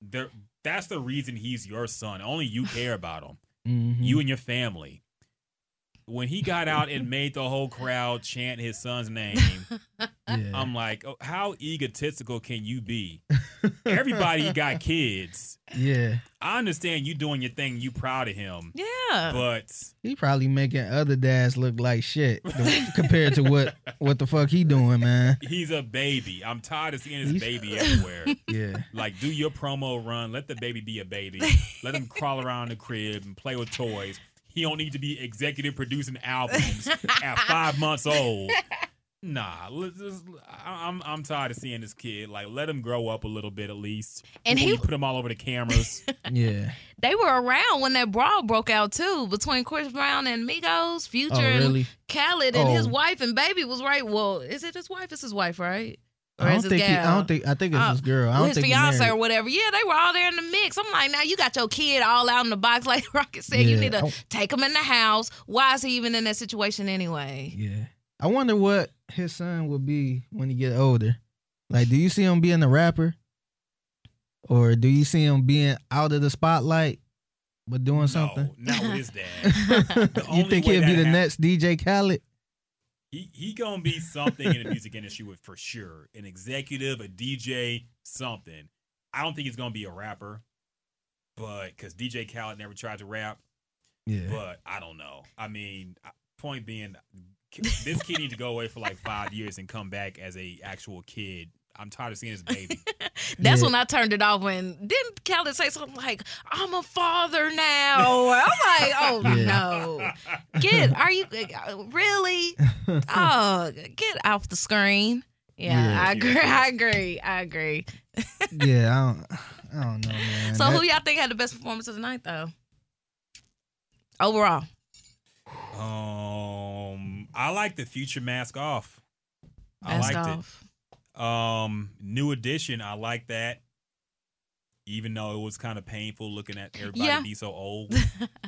[SPEAKER 1] there, that's the reason he's your son. Only you care about him,
[SPEAKER 3] Mhm.
[SPEAKER 1] you and your family. When he got out and made the whole crowd chant his son's name,
[SPEAKER 3] yeah.
[SPEAKER 1] I'm like, oh, how egotistical can you be? Everybody got kids.
[SPEAKER 3] yeah.
[SPEAKER 1] I understand you doing your thing, you proud of him,
[SPEAKER 2] yeah
[SPEAKER 1] but
[SPEAKER 3] He probably making other dads look like shit the- compared to what what the fuck he doing, man.
[SPEAKER 1] he's a baby. I'm tired of seeing his
[SPEAKER 3] He's-
[SPEAKER 1] baby everywhere.
[SPEAKER 3] Yeah,
[SPEAKER 1] Like, do your promo run. Let the baby be a baby. Let him crawl around the crib and play with toys. He don't need to be executive producing albums at five months old. Nah, let's just, I- I'm I'm tired of seeing this kid. Like, let him grow up a little bit at least.
[SPEAKER 2] And
[SPEAKER 1] Before
[SPEAKER 2] he-
[SPEAKER 1] you put him all over the cameras.
[SPEAKER 3] Yeah.
[SPEAKER 2] They were around when that brawl broke out too between Chris Brown and Migos, Future
[SPEAKER 3] Oh,
[SPEAKER 2] and
[SPEAKER 3] really?
[SPEAKER 2] Khaled and his
[SPEAKER 3] Oh.
[SPEAKER 2] wife and baby was right. Well, is it his wife? It's his wife, right? Or
[SPEAKER 3] I
[SPEAKER 2] is
[SPEAKER 3] don't
[SPEAKER 2] it
[SPEAKER 3] think. He,
[SPEAKER 2] gal?
[SPEAKER 3] I don't think. I think it's
[SPEAKER 2] Uh,
[SPEAKER 3] his girl. I
[SPEAKER 2] Well,
[SPEAKER 3] don't
[SPEAKER 2] his
[SPEAKER 3] think he
[SPEAKER 2] fiance
[SPEAKER 3] married.
[SPEAKER 2] or whatever. Yeah, they were all there in the mix. I'm like, now you got your kid all out in the box, like Rocket said. You
[SPEAKER 3] Yeah,
[SPEAKER 2] need to
[SPEAKER 3] I-
[SPEAKER 2] take him in the house. Why is he even in that situation anyway?
[SPEAKER 3] Yeah. I wonder what his son will be when he get older. Like, do you see him being a rapper, or do you see him being out of the spotlight but doing something?
[SPEAKER 1] No, not with his dad.
[SPEAKER 3] you
[SPEAKER 1] only
[SPEAKER 3] think
[SPEAKER 1] way
[SPEAKER 3] he'll be
[SPEAKER 1] that
[SPEAKER 3] the
[SPEAKER 1] hap-
[SPEAKER 3] next DJ Khaled?
[SPEAKER 1] He he gonna be something in the music industry with, for sure. An executive, a DJ, something. I don't think he's gonna be a rapper, but because DJ Khaled never tried to rap.
[SPEAKER 3] Yeah.
[SPEAKER 1] But I don't know. I mean, I- point being, this kid needs to go away for like five years and come back as a actual kid. I'm tired of seeing his baby.
[SPEAKER 2] That's
[SPEAKER 3] Yeah.
[SPEAKER 2] when I turned it off. When didn't Khaled say something like, "I'm a father now"? I'm like, oh
[SPEAKER 3] Yeah.
[SPEAKER 2] no, get are you uh, really? Oh, get off the screen. Yeah,
[SPEAKER 3] Yeah.
[SPEAKER 2] I agree. I agree. I agree.
[SPEAKER 3] yeah. I don't. I don't know, man.
[SPEAKER 2] So,
[SPEAKER 3] That-
[SPEAKER 2] who y'all think had the best performance of the night, though? Overall,
[SPEAKER 1] Um, I like the future mask off. I
[SPEAKER 2] Mask
[SPEAKER 1] liked
[SPEAKER 2] off.
[SPEAKER 1] it. Um, new edition. I like that. Even though it was kind of painful looking at everybody
[SPEAKER 2] Yeah.
[SPEAKER 1] be so old,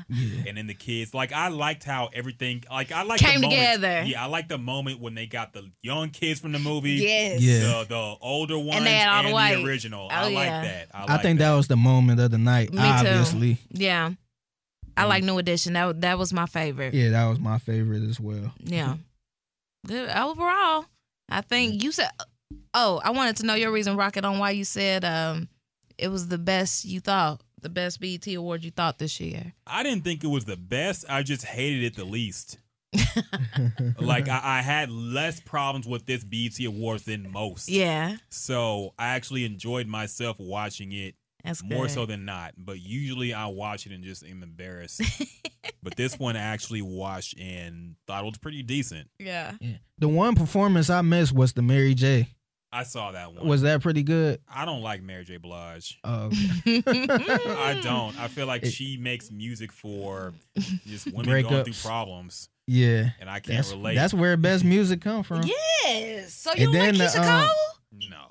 [SPEAKER 3] Yeah.
[SPEAKER 1] and then the kids. Like I liked how everything. Like I like
[SPEAKER 2] Came
[SPEAKER 1] the moment-
[SPEAKER 2] together.
[SPEAKER 1] Yeah, I like the moment when they got the young kids from the movie.
[SPEAKER 2] Yes.
[SPEAKER 3] Yeah.
[SPEAKER 1] The, the older ones and,
[SPEAKER 2] had all the white.
[SPEAKER 1] the original. I
[SPEAKER 2] Oh,
[SPEAKER 1] like
[SPEAKER 2] yeah.
[SPEAKER 1] that. I,
[SPEAKER 3] I,
[SPEAKER 1] like
[SPEAKER 3] think that. was the moment of the night.
[SPEAKER 2] Me too.
[SPEAKER 3] obviously.
[SPEAKER 2] Yeah. I
[SPEAKER 3] Mm.
[SPEAKER 2] like New Edition. That wa- that was my favorite. Yeah.
[SPEAKER 3] Yeah, that was my favorite as well. Mm-hmm.
[SPEAKER 2] Good overall. I think you said. Oh, I wanted to know your reason, Rocket, on why you said um it was the best you thought, the best BET award you thought this year.
[SPEAKER 1] I didn't think it was the best. I just hated it the least. like I, I had less problems with this BET Awards than most.
[SPEAKER 2] Yeah,
[SPEAKER 1] So I actually enjoyed myself watching it
[SPEAKER 2] that's good.
[SPEAKER 1] more so than not. But usually I watch it and just am embarrassed. but this one I actually watched and thought it was pretty decent.
[SPEAKER 2] yeah.
[SPEAKER 3] Yeah. The one performance I missed was the Mary J.
[SPEAKER 1] I saw that one.
[SPEAKER 3] Was that pretty good?
[SPEAKER 1] I don't like Mary J. Blige.
[SPEAKER 3] Oh,
[SPEAKER 2] Mm.
[SPEAKER 1] I don't. I feel like she makes music for just women going through
[SPEAKER 3] Breakups.
[SPEAKER 1] problems,
[SPEAKER 3] yeah.
[SPEAKER 1] and I can't
[SPEAKER 3] That's,
[SPEAKER 1] relate.
[SPEAKER 3] that's where best music come from. Yeah.
[SPEAKER 2] Yes. So
[SPEAKER 3] And
[SPEAKER 2] you don't like
[SPEAKER 3] then the,
[SPEAKER 2] Keisha
[SPEAKER 3] um,
[SPEAKER 2] Cole?
[SPEAKER 1] no.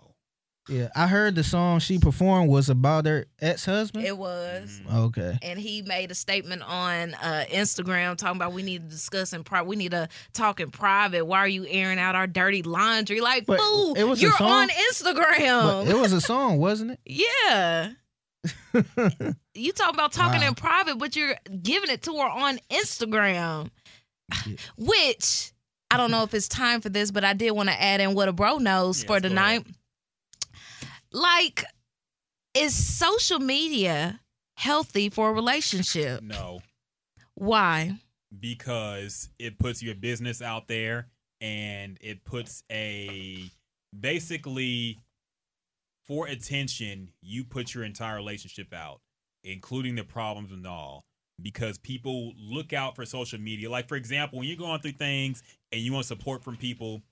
[SPEAKER 3] I heard the song she performed was about her ex husband.
[SPEAKER 2] It was.
[SPEAKER 1] Mhm.
[SPEAKER 3] Okay.
[SPEAKER 2] and he made a statement on uh, Instagram talking about we need to discuss in private. We need to talk in private. Why are you airing out our dirty laundry? Like,
[SPEAKER 3] But
[SPEAKER 2] fool,
[SPEAKER 3] it was a
[SPEAKER 2] you're
[SPEAKER 3] song?
[SPEAKER 2] on
[SPEAKER 3] But
[SPEAKER 2] Instagram.
[SPEAKER 3] it was a song, wasn't it?
[SPEAKER 2] yeah. you talking about talking
[SPEAKER 3] Wow.
[SPEAKER 2] in private, but you're giving it to her on Instagram,
[SPEAKER 3] Yeah.
[SPEAKER 2] which I don't know if it's time for this, but I did want to add in what a bro knows
[SPEAKER 1] Yes,
[SPEAKER 2] for the
[SPEAKER 1] go
[SPEAKER 2] night.
[SPEAKER 1] ahead.
[SPEAKER 2] Like, is social media healthy for a relationship?
[SPEAKER 1] No,
[SPEAKER 2] Why?
[SPEAKER 1] because it puts your business out there and it puts a basically for attention, you put your entire relationship out, including the problems and all. Because people look out for social media. Like, for example, when you're going through things and you want support from people,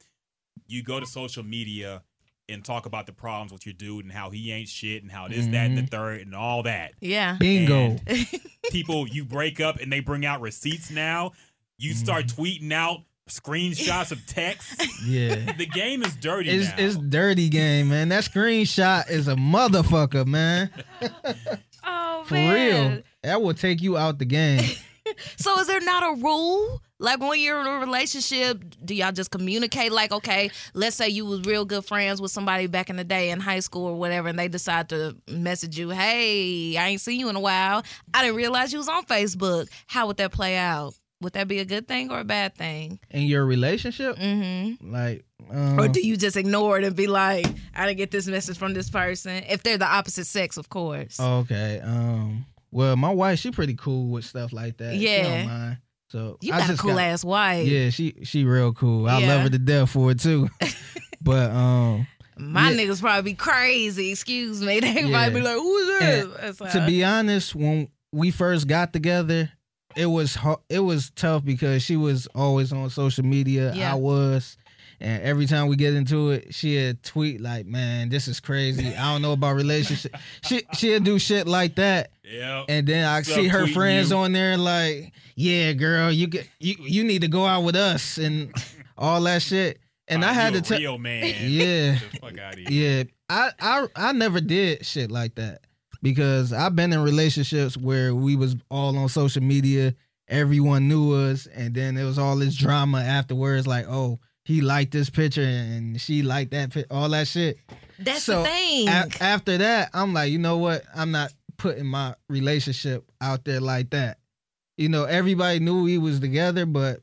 [SPEAKER 1] you go to social media and talk about the problems with your dude and how he ain't shit and how this, that,
[SPEAKER 3] Mm-hmm.
[SPEAKER 1] and the third, and all that.
[SPEAKER 2] Yeah.
[SPEAKER 3] Bingo.
[SPEAKER 1] people you break up and they bring out receipts now. You start
[SPEAKER 3] Mm-hmm.
[SPEAKER 1] tweeting out screenshots of texts.
[SPEAKER 3] yeah.
[SPEAKER 1] the game is dirty
[SPEAKER 3] It's
[SPEAKER 1] now.
[SPEAKER 3] it's dirty game, man. That screenshot is a motherfucker, man.
[SPEAKER 2] Oh
[SPEAKER 3] For real. That will take you out the game.
[SPEAKER 2] So is there not a rule? Like when you're in a relationship, do y'all just communicate like, okay, let's say you was real good friends with somebody back in the day in high school or whatever, and they decide to message you, Hey, I ain't seen you in a while. I didn't realize you was on Facebook. How would that play out? Would that be a good thing or a bad thing?
[SPEAKER 3] In your relationship,
[SPEAKER 2] Mm-hmm.
[SPEAKER 3] like um,
[SPEAKER 2] Or do you just ignore it and be like, I didn't get this message from this person? If they're the opposite sex, of course.
[SPEAKER 3] Oh, Okay. Um. Well, my wife, she pretty cool with stuff like that. She
[SPEAKER 2] Yeah.
[SPEAKER 3] don't mind. So
[SPEAKER 2] you
[SPEAKER 3] I
[SPEAKER 2] got a
[SPEAKER 3] just
[SPEAKER 2] cool ass wife.
[SPEAKER 3] Yeah, she she real cool. I
[SPEAKER 2] Yeah.
[SPEAKER 3] love her to death for it too. but um,
[SPEAKER 2] My
[SPEAKER 3] Yeah.
[SPEAKER 2] niggas probably be crazy. Excuse me. They might be
[SPEAKER 3] Yeah.
[SPEAKER 2] like, who's this?
[SPEAKER 3] And
[SPEAKER 2] That's
[SPEAKER 3] to
[SPEAKER 2] how-
[SPEAKER 3] be honest, when we first got together, it was ho- it was tough because she was always on social media.
[SPEAKER 2] Yeah.
[SPEAKER 3] I was, And every time we get into it, she'll tweet like, "Man, this is crazy. I don't know about relationship." she she'll do shit like that,
[SPEAKER 1] Yeah.
[SPEAKER 3] and then I see her
[SPEAKER 1] Subtweeting
[SPEAKER 3] friends
[SPEAKER 1] you.
[SPEAKER 3] on there like, "Yeah, girl, you get you you need to go out with us and all that shit." And I had to tell,
[SPEAKER 1] real man.
[SPEAKER 3] yeah,
[SPEAKER 1] Get the fuck out of here.
[SPEAKER 3] yeah, I, I I never did shit like that because I've been in relationships where we was all on social media, everyone knew us, and then it was all this drama afterwards, like oh he liked this picture and she liked that, pic- all that shit.
[SPEAKER 2] That's
[SPEAKER 3] So,
[SPEAKER 2] the thing.
[SPEAKER 3] A- after that, I'm like, you know what? I'm not putting my relationship out there like that. You know, everybody knew we was together, but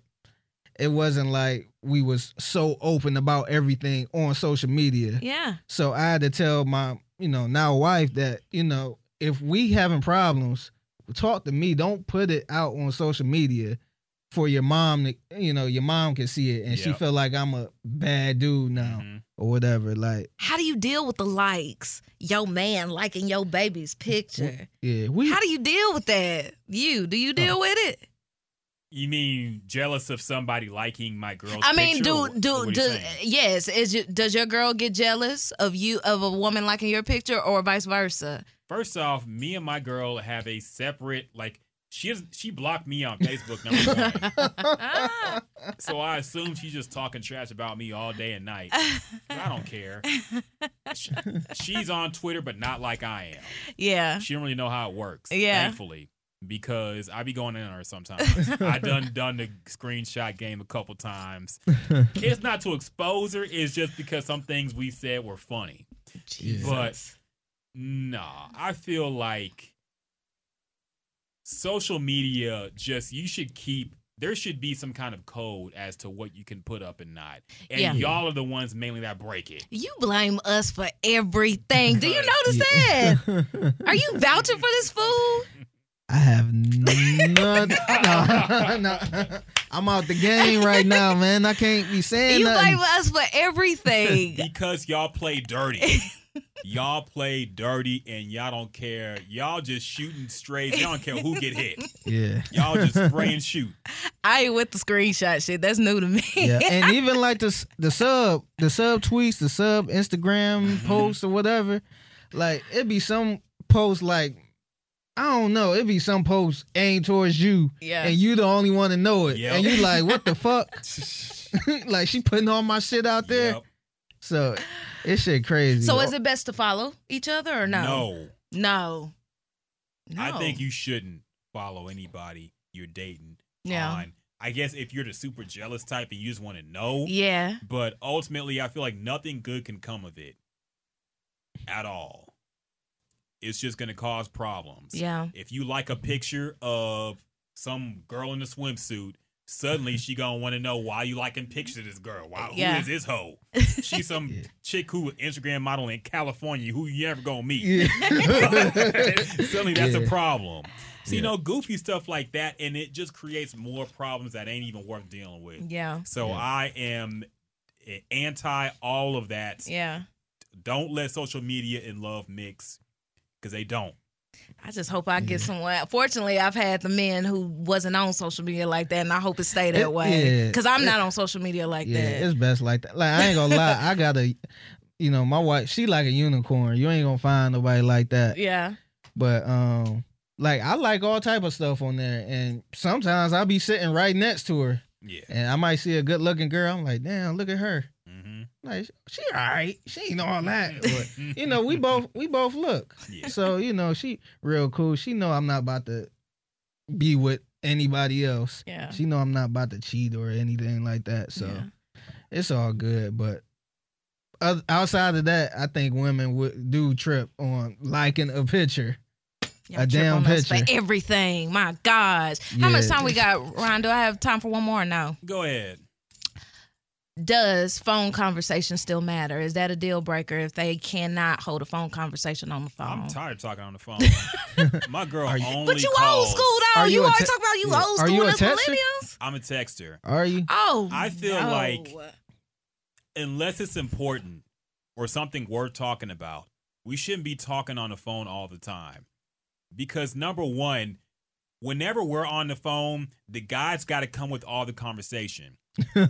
[SPEAKER 3] it wasn't like we was so open about everything on social media.
[SPEAKER 2] yeah.
[SPEAKER 3] So I had to tell my, you know, now wife that, you know, if we having problems, talk to me. Don't put it out on social media for your mom to, you know, your mom can see it and she
[SPEAKER 1] Yep.
[SPEAKER 3] feel like I'm a bad dude now
[SPEAKER 1] Mhm.
[SPEAKER 3] or whatever. Like,
[SPEAKER 2] How do you deal with the likes? Yo man liking your baby's picture.
[SPEAKER 3] yeah, we Uh,
[SPEAKER 2] How do you deal with that? You, do you deal with it?
[SPEAKER 1] You mean jealous of somebody liking my girl's
[SPEAKER 2] I mean,
[SPEAKER 1] picture, or
[SPEAKER 2] do
[SPEAKER 1] what- what are
[SPEAKER 2] do
[SPEAKER 1] you
[SPEAKER 2] do
[SPEAKER 1] saying?
[SPEAKER 2] yes, is you, does your girl get jealous of you of a woman liking your picture or vice versa?
[SPEAKER 1] First off, me and my girl have a separate like she is, she blocked me on Facebook number one, so I assume she's just talking trash about me all day and night. I don't care. She- she's on Twitter, but not like I
[SPEAKER 2] yeah.
[SPEAKER 1] am. She don't really know how it works.
[SPEAKER 2] Yeah.
[SPEAKER 1] thankfully, because I be going in on her sometimes. I done done the screenshot game a couple times. It's not to expose her. It's just because some things we said were funny.
[SPEAKER 2] Jesus.
[SPEAKER 1] Nah, I feel like social media just you should keep there should be some kind of code as to what you can put up and not. And
[SPEAKER 2] Yeah.
[SPEAKER 1] y'all are the ones mainly that break it.
[SPEAKER 2] You blame us for everything. Do you notice that?
[SPEAKER 3] Yeah.
[SPEAKER 2] Are you vouching for this fool?
[SPEAKER 3] I have none. no, no. I'm out the game right now, man. I can't be saying
[SPEAKER 2] You
[SPEAKER 3] nothing.
[SPEAKER 2] blame us for everything.
[SPEAKER 1] Because y'all play dirty. y'all play dirty and y'all don't care. Y'all just shooting strays. Y'all don't care who get hit.
[SPEAKER 3] yeah.
[SPEAKER 1] Y'all just spray and shoot.
[SPEAKER 2] I ain't with the screenshot shit. That's new to me.
[SPEAKER 3] yeah, and even like the s- the sub, the sub tweets, the sub
[SPEAKER 1] Mm-hmm.
[SPEAKER 3] Instagram posts or whatever, like it'd be some posts like I don't know, it'd be some posts aimed towards you,
[SPEAKER 2] Yeah.
[SPEAKER 3] and you the only one to know it,
[SPEAKER 1] Yep.
[SPEAKER 3] and you like what the fuck? like she putting all my shit out there,
[SPEAKER 1] Yep.
[SPEAKER 3] so it shit crazy.
[SPEAKER 2] so is it best to follow each other or no?
[SPEAKER 1] no.
[SPEAKER 2] No. No.
[SPEAKER 1] I think you shouldn't follow anybody you're dating
[SPEAKER 2] Yeah.
[SPEAKER 1] on. I guess if you're the super jealous type and you just want to know,
[SPEAKER 2] Yeah.
[SPEAKER 1] but ultimately, I feel like nothing good can come of it at all. It's just going to cause problems.
[SPEAKER 2] Yeah.
[SPEAKER 1] If you like a picture of some girl in a swimsuit, suddenly she gonna want to know why you liking pictures of this girl. Why who is
[SPEAKER 2] Yeah.
[SPEAKER 1] this hoe? She's some
[SPEAKER 3] Yeah.
[SPEAKER 1] chick who an Instagram model in California who you never gonna meet.
[SPEAKER 3] Yeah.
[SPEAKER 1] Suddenly, that's
[SPEAKER 3] Yeah.
[SPEAKER 1] a problem. So you
[SPEAKER 3] Yeah.
[SPEAKER 1] know, goofy stuff like that, and it just creates more problems that ain't even worth dealing with.
[SPEAKER 2] Yeah.
[SPEAKER 1] So
[SPEAKER 3] Yeah.
[SPEAKER 1] I am a- anti all of that.
[SPEAKER 2] Yeah.
[SPEAKER 1] Don't let social media and love mix because they don't.
[SPEAKER 2] I just hope I get
[SPEAKER 3] Yeah.
[SPEAKER 2] someone. Fortunately, I've had the men who wasn't on social media like that, and I hope it stay that
[SPEAKER 3] It-
[SPEAKER 2] way.
[SPEAKER 3] yeah.
[SPEAKER 2] Because I'm
[SPEAKER 3] It-
[SPEAKER 2] not on social media like
[SPEAKER 3] yeah,
[SPEAKER 2] that.
[SPEAKER 3] it's best like that. Like I ain't gonna lie, I gotta, you know, my wife, she like a unicorn. You ain't gonna find nobody like that.
[SPEAKER 2] Yeah.
[SPEAKER 3] But um, like I like all type of stuff on there, and sometimes I'll be sitting right next to her,
[SPEAKER 1] Yeah.
[SPEAKER 3] and I might see a good looking girl. I'm like, damn, look at her.
[SPEAKER 1] hmm
[SPEAKER 3] Like she all right, she ain't all that. But, you know, we both we both look.
[SPEAKER 1] Yeah.
[SPEAKER 3] So you know, she real cool. She know I'm not about to be with anybody else.
[SPEAKER 2] Yeah.
[SPEAKER 3] She know I'm not about to cheat or anything like that. So
[SPEAKER 2] Yeah.
[SPEAKER 3] it's all good, but oth- outside of that, I think women would do trip on liking a picture.
[SPEAKER 2] Y'all
[SPEAKER 3] a
[SPEAKER 2] trip
[SPEAKER 3] damn
[SPEAKER 2] on us
[SPEAKER 3] picture.
[SPEAKER 2] for everything. My gosh. How much
[SPEAKER 3] Yeah.
[SPEAKER 2] time we got, Ron? Do I have time for one more or no?
[SPEAKER 1] Go ahead.
[SPEAKER 2] Does phone conversation still matter? Is that a deal breaker if they cannot hold a phone conversation on the phone?
[SPEAKER 1] I'm tired of talking on the phone. My girl
[SPEAKER 3] Are you-
[SPEAKER 1] only
[SPEAKER 2] but Oh. you
[SPEAKER 1] calls.
[SPEAKER 2] old school though.
[SPEAKER 3] Are
[SPEAKER 2] you
[SPEAKER 3] you a
[SPEAKER 2] always
[SPEAKER 3] te-
[SPEAKER 2] talk about you
[SPEAKER 3] yeah.
[SPEAKER 2] old
[SPEAKER 3] Are
[SPEAKER 2] school
[SPEAKER 3] you a
[SPEAKER 2] and us
[SPEAKER 3] texter?
[SPEAKER 2] millennials.
[SPEAKER 1] I'm a texter.
[SPEAKER 3] Are you?
[SPEAKER 2] Oh,
[SPEAKER 1] I feel
[SPEAKER 2] no.
[SPEAKER 1] like- Unless it's important or something worth talking about, we shouldn't be talking on the phone all the time. Because number one, whenever we're on the phone, the guy's got to come with all the conversation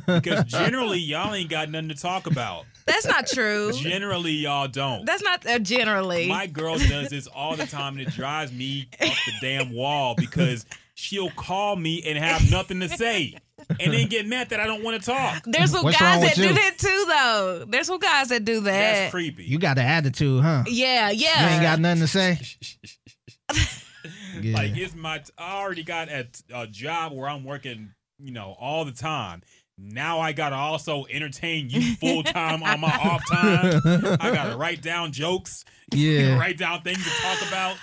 [SPEAKER 1] because generally y'all ain't got nothing to talk about.
[SPEAKER 2] That's not true.
[SPEAKER 1] Generally y'all don't.
[SPEAKER 2] That's not uh, generally.
[SPEAKER 1] My girl does this all the time, and it drives me up the damn wall because she'll call me and have nothing to say, and then get mad that I don't want to talk.
[SPEAKER 2] There's some
[SPEAKER 3] What's
[SPEAKER 2] guys
[SPEAKER 3] wrong with
[SPEAKER 2] that do
[SPEAKER 3] you?
[SPEAKER 2] that too, though. There's some guys that do that.
[SPEAKER 1] That's creepy.
[SPEAKER 3] you got the attitude, huh?
[SPEAKER 2] yeah, yeah.
[SPEAKER 3] You ain't got nothing to say. Yeah.
[SPEAKER 1] Like it's my t- I already got a, t- a job where I'm working, you know, all the time. Now I gotta also entertain you full time on my off time. I gotta write down jokes,
[SPEAKER 3] yeah,
[SPEAKER 1] write down things to talk about.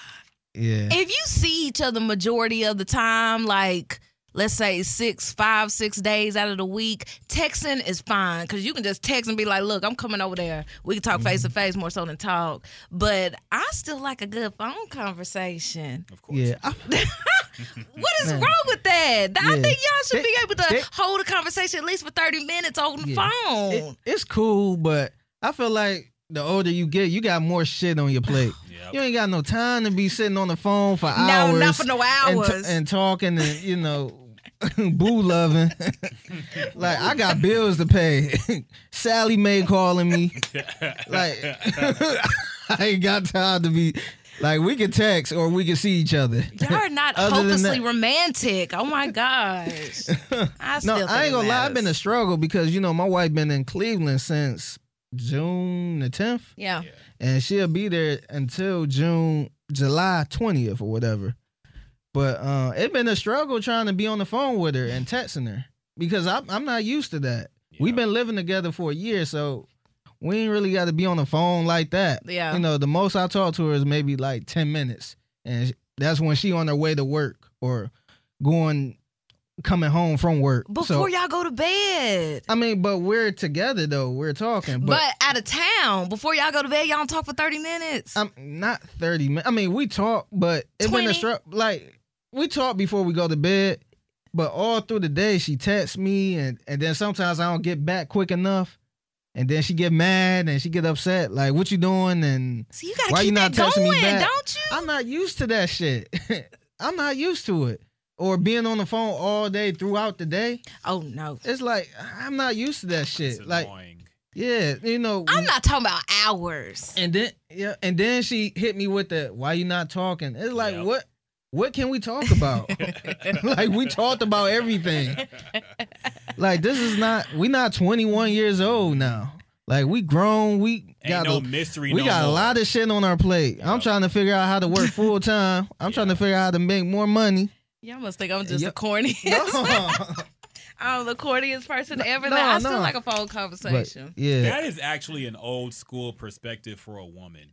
[SPEAKER 3] yeah.
[SPEAKER 2] if you see each other majority of the time, like let's say six, five, six days out of the week, texting is fine because you can just text and be like, "Look, I'm coming over there. We can talk
[SPEAKER 3] Mm-hmm.
[SPEAKER 2] face to face more so than talk." But I still like a good phone conversation.
[SPEAKER 1] Of course.
[SPEAKER 3] Yeah, I,
[SPEAKER 2] What is
[SPEAKER 3] Man.
[SPEAKER 2] wrong with that? I
[SPEAKER 3] Mm-hmm. Yeah.
[SPEAKER 2] think y'all should
[SPEAKER 3] They-
[SPEAKER 2] be able to
[SPEAKER 3] they-
[SPEAKER 2] hold a conversation at least for thirty minutes on the
[SPEAKER 3] Yeah.
[SPEAKER 2] phone.
[SPEAKER 3] it, it's cool, but I feel like the older you get, you got more shit on your plate.
[SPEAKER 1] Yep.
[SPEAKER 3] You ain't got no time to be sitting on the phone for
[SPEAKER 2] no,
[SPEAKER 3] hours
[SPEAKER 2] not for no
[SPEAKER 3] and,
[SPEAKER 2] hours.
[SPEAKER 3] t- and talking and you know boo loving. like I got bills to pay. Sally Mae calling me. Like I ain't got time to be. Like we can text or we can see each other.
[SPEAKER 2] Y'all are not
[SPEAKER 3] Other than
[SPEAKER 2] hopelessly
[SPEAKER 3] that-
[SPEAKER 2] romantic. Oh my gosh. I
[SPEAKER 3] No,
[SPEAKER 2] still think
[SPEAKER 3] I
[SPEAKER 2] it
[SPEAKER 3] ain't gonna lie. I've been a
[SPEAKER 2] matters.
[SPEAKER 3] struggle because you know my wife been in Cleveland since June the tenth,
[SPEAKER 2] yeah.
[SPEAKER 1] Yeah.
[SPEAKER 3] and she'll be there until June July twentieth or whatever. But uh, it been a struggle trying to be on the phone with her and texting her because I'm I'm not used to that. We've been living together for a year, so we ain't really got to be on the phone like that.
[SPEAKER 2] Yeah.
[SPEAKER 3] You know, the most I talk to her is maybe like ten minutes, and that's when she on her way to work or going coming home from work.
[SPEAKER 2] Before
[SPEAKER 3] so,
[SPEAKER 2] y'all go to bed.
[SPEAKER 3] I mean, but we're together though. We're talking,
[SPEAKER 2] But,
[SPEAKER 3] but,
[SPEAKER 2] out of town, before y'all go to bed, y'all don't talk for 30 minutes.
[SPEAKER 3] I'm not thirty minutes. I mean, we talk, but it been
[SPEAKER 2] 20.
[SPEAKER 3] a struggle. Like we talk before we go to bed, but all through the day she texts me, and and then sometimes I don't get back quick enough, and then she get mad and she get upset. Like, what you doing? And
[SPEAKER 2] so you gotta
[SPEAKER 3] why
[SPEAKER 2] keep
[SPEAKER 3] you not
[SPEAKER 2] that
[SPEAKER 3] texting me Uh,
[SPEAKER 2] going,
[SPEAKER 3] back?
[SPEAKER 2] don't you?
[SPEAKER 3] I'm not used to that shit. I'm not used to it. Or being on the phone all day throughout the day.
[SPEAKER 2] oh no.
[SPEAKER 3] It's like I'm not used to that
[SPEAKER 1] It's
[SPEAKER 3] shit. Like,
[SPEAKER 1] annoying.
[SPEAKER 3] yeah, you know.
[SPEAKER 2] I'm not talking about hours.
[SPEAKER 3] And then yeah, and then she hit me with the why you not talking. It's like
[SPEAKER 1] Yep.
[SPEAKER 3] what what can we talk about? like we talked about everything. Like this is not we not 21 years old now. Like we grown, we
[SPEAKER 1] Ain't
[SPEAKER 3] got
[SPEAKER 1] no
[SPEAKER 3] a,
[SPEAKER 1] mystery.
[SPEAKER 3] we
[SPEAKER 1] no
[SPEAKER 3] got
[SPEAKER 1] more.
[SPEAKER 3] a lot of shit on our plate. I'm
[SPEAKER 1] Yep.
[SPEAKER 3] trying to figure out how to work full time. I'm trying to
[SPEAKER 1] Yeah.
[SPEAKER 3] figure out how to make more money.
[SPEAKER 2] Y'all must think I'm just
[SPEAKER 3] Yeah.
[SPEAKER 2] the corniest.
[SPEAKER 3] No.
[SPEAKER 2] I'm the corniest person ever.
[SPEAKER 3] no,
[SPEAKER 2] Now I still
[SPEAKER 3] no.
[SPEAKER 2] like a phone
[SPEAKER 3] But,
[SPEAKER 2] conversation.
[SPEAKER 3] yeah.
[SPEAKER 1] That is actually an old school perspective for a woman.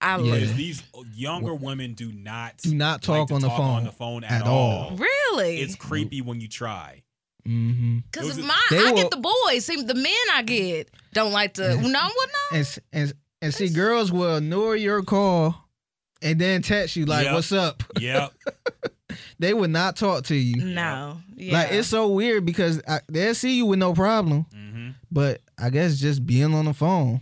[SPEAKER 2] I
[SPEAKER 3] Yeah.
[SPEAKER 2] love
[SPEAKER 1] Because
[SPEAKER 2] it.
[SPEAKER 1] these younger women do not
[SPEAKER 3] Do not
[SPEAKER 1] like
[SPEAKER 3] talk
[SPEAKER 1] to
[SPEAKER 3] on the
[SPEAKER 1] talk
[SPEAKER 3] phone.
[SPEAKER 1] on the phone at,
[SPEAKER 3] at
[SPEAKER 1] all.
[SPEAKER 3] all.
[SPEAKER 2] Really?
[SPEAKER 1] It's creepy when you try.
[SPEAKER 3] hmm
[SPEAKER 2] Because
[SPEAKER 1] Those are-
[SPEAKER 2] my
[SPEAKER 3] They
[SPEAKER 2] I
[SPEAKER 3] will-
[SPEAKER 2] get the boys. See, the men I get don't like to. No, well, no.
[SPEAKER 3] And s- and s- and see girls will ignore your call and then text you like
[SPEAKER 1] Yep.
[SPEAKER 3] what's up?
[SPEAKER 1] Yep.
[SPEAKER 3] They would not talk to you.
[SPEAKER 2] No. Yeah.
[SPEAKER 3] Like it's so weird because I, they'll see you with no problem,
[SPEAKER 1] hmm
[SPEAKER 3] but I guess just being on the phone,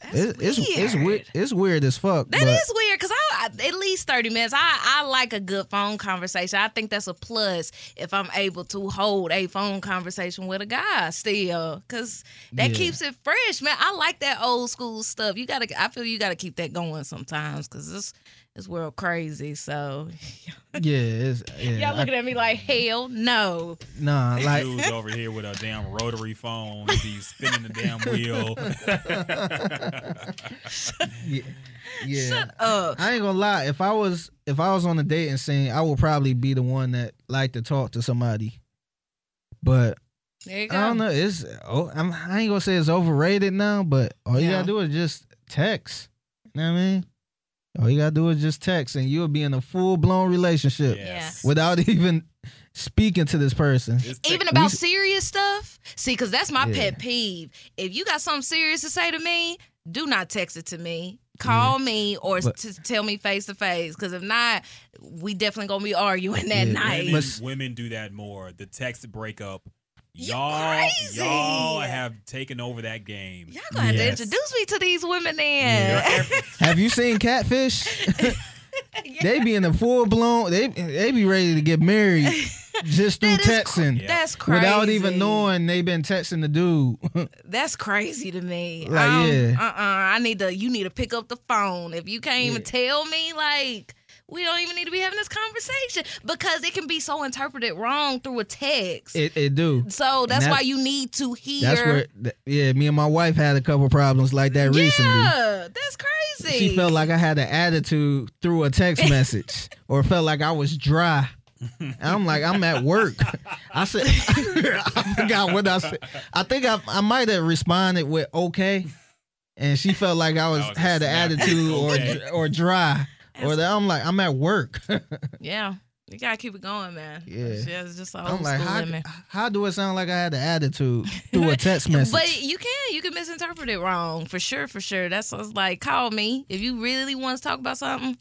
[SPEAKER 2] That's
[SPEAKER 3] it, it's it's
[SPEAKER 2] weird.
[SPEAKER 3] weird, it's weird as fuck.
[SPEAKER 2] That
[SPEAKER 3] but
[SPEAKER 2] is weird because I, I at least thirty minutes. I, I like a good phone conversation. I think that's a plus if I'm able to hold a phone conversation with a guy still because that
[SPEAKER 3] Yeah.
[SPEAKER 2] keeps it fresh, man. I like that old school stuff. You gotta, I feel you gotta keep that going sometimes because this this world crazy. So
[SPEAKER 3] yeah, it's, yeah.
[SPEAKER 2] y'all
[SPEAKER 3] I-
[SPEAKER 2] looking at me like hell no.
[SPEAKER 3] nah, like
[SPEAKER 1] Dude's over here with a damn rotary phone. He's spinning the damn wheel.
[SPEAKER 3] yeah, yeah.
[SPEAKER 2] Shut up.
[SPEAKER 3] I ain't gonna lie. If I was if I was on a dating scene, I would probably be the one that like to talk to somebody. But
[SPEAKER 2] There you go.
[SPEAKER 3] I don't know. It's oh, I'm, I ain't gonna say it's overrated now. But all you
[SPEAKER 2] Yeah.
[SPEAKER 3] gotta do is just text. You know what I mean? All you gotta do is just text, and you'll be in a full blown relationship.
[SPEAKER 1] yes.
[SPEAKER 3] without even speaking to this person.
[SPEAKER 1] It's tech-
[SPEAKER 2] Even about serious stuff. See, because that's my
[SPEAKER 3] Yeah.
[SPEAKER 2] pet peeve. If you got something serious to say to me, do not text it to me. Call me or
[SPEAKER 3] Mm. But-
[SPEAKER 2] to tell me face to face. Because if not, we definitely gonna be arguing that
[SPEAKER 3] Yeah.
[SPEAKER 2] night.
[SPEAKER 1] women,
[SPEAKER 3] But-
[SPEAKER 1] women do that more. The text breakup.
[SPEAKER 2] You
[SPEAKER 1] Y'all,
[SPEAKER 2] crazy.
[SPEAKER 1] y'all have taken over that game.
[SPEAKER 2] Y'all gonna have
[SPEAKER 3] Yes.
[SPEAKER 2] to introduce me to these women
[SPEAKER 1] You're
[SPEAKER 2] then.
[SPEAKER 1] every-
[SPEAKER 3] Have you seen Catfish? They be in a full blown. They they be ready to get married just through
[SPEAKER 2] That is cr-
[SPEAKER 3] texting
[SPEAKER 2] That's crazy.
[SPEAKER 3] without even knowing they been texting the dude.
[SPEAKER 2] That's crazy to me.
[SPEAKER 3] Like, yeah.
[SPEAKER 2] Uh uh I need to, you need to pick up the phone. If you can't even tell me, like, we don't even need to be having this conversation because it can be so interpreted wrong through a text.
[SPEAKER 3] it it do.
[SPEAKER 2] so that's
[SPEAKER 3] that-
[SPEAKER 2] why you need to hear.
[SPEAKER 3] That's where. th- Yeah, me and my wife had a couple problems like that recently.
[SPEAKER 2] Yeah, that's crazy.
[SPEAKER 3] She felt like I had an attitude through a text message, or felt like I was dry. And I'm like, I'm at work. I said, I forgot what I said. I think I, I might have responded with okay, and she felt like I was,
[SPEAKER 1] was a
[SPEAKER 3] had an
[SPEAKER 1] snap.
[SPEAKER 3] attitude or
[SPEAKER 1] Okay.
[SPEAKER 3] or dry, or that I'm like, I'm at work.
[SPEAKER 2] yeah. You gotta keep it going, man.
[SPEAKER 3] Yeah.
[SPEAKER 2] It's just- it's just old
[SPEAKER 3] I'm like,
[SPEAKER 2] school
[SPEAKER 3] how,
[SPEAKER 2] in me.
[SPEAKER 3] how do it sound like I had an attitude through a text message?
[SPEAKER 2] But you can you can misinterpret it wrong for sure, for sure. That's what's like. Call me if you really want to talk about something.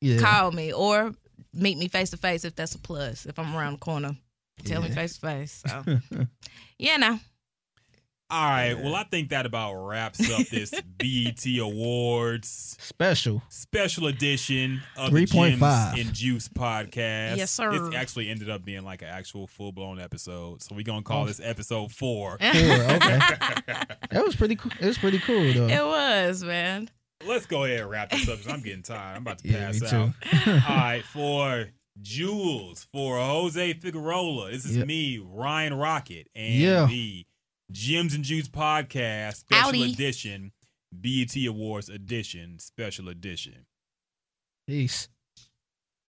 [SPEAKER 3] yeah,
[SPEAKER 2] Call me or meet me face to face if that's a plus. If I'm around the corner, tell me
[SPEAKER 3] Yeah.
[SPEAKER 2] face to face. So yeah, no,
[SPEAKER 1] All right. Well, I think that about wraps up this BET Awards
[SPEAKER 3] special.
[SPEAKER 1] special edition of the
[SPEAKER 3] 3.5.
[SPEAKER 1] Gems and Juice podcast.
[SPEAKER 2] Yes, sir.
[SPEAKER 1] This actually ended up being like an actual full blown episode, so we're gonna
[SPEAKER 3] Oh.
[SPEAKER 1] call this episode four.
[SPEAKER 3] Four, okay, that was pretty. cool. It was pretty cool though.
[SPEAKER 2] it was man.
[SPEAKER 1] Let's go ahead and wrap this up because I'm getting tired. I'm about to
[SPEAKER 3] Yeah,
[SPEAKER 1] pass
[SPEAKER 3] me
[SPEAKER 1] out.
[SPEAKER 3] too.
[SPEAKER 1] All right, for Jules, for Jose Figueroa, this is
[SPEAKER 3] Yep.
[SPEAKER 1] me, Ryan Rocket, and
[SPEAKER 3] Yeah.
[SPEAKER 1] the Gems and Juice Podcast Special E
[SPEAKER 2] Howdy.
[SPEAKER 1] Edition, BET Awards Edition, Special Edition.
[SPEAKER 3] Peace.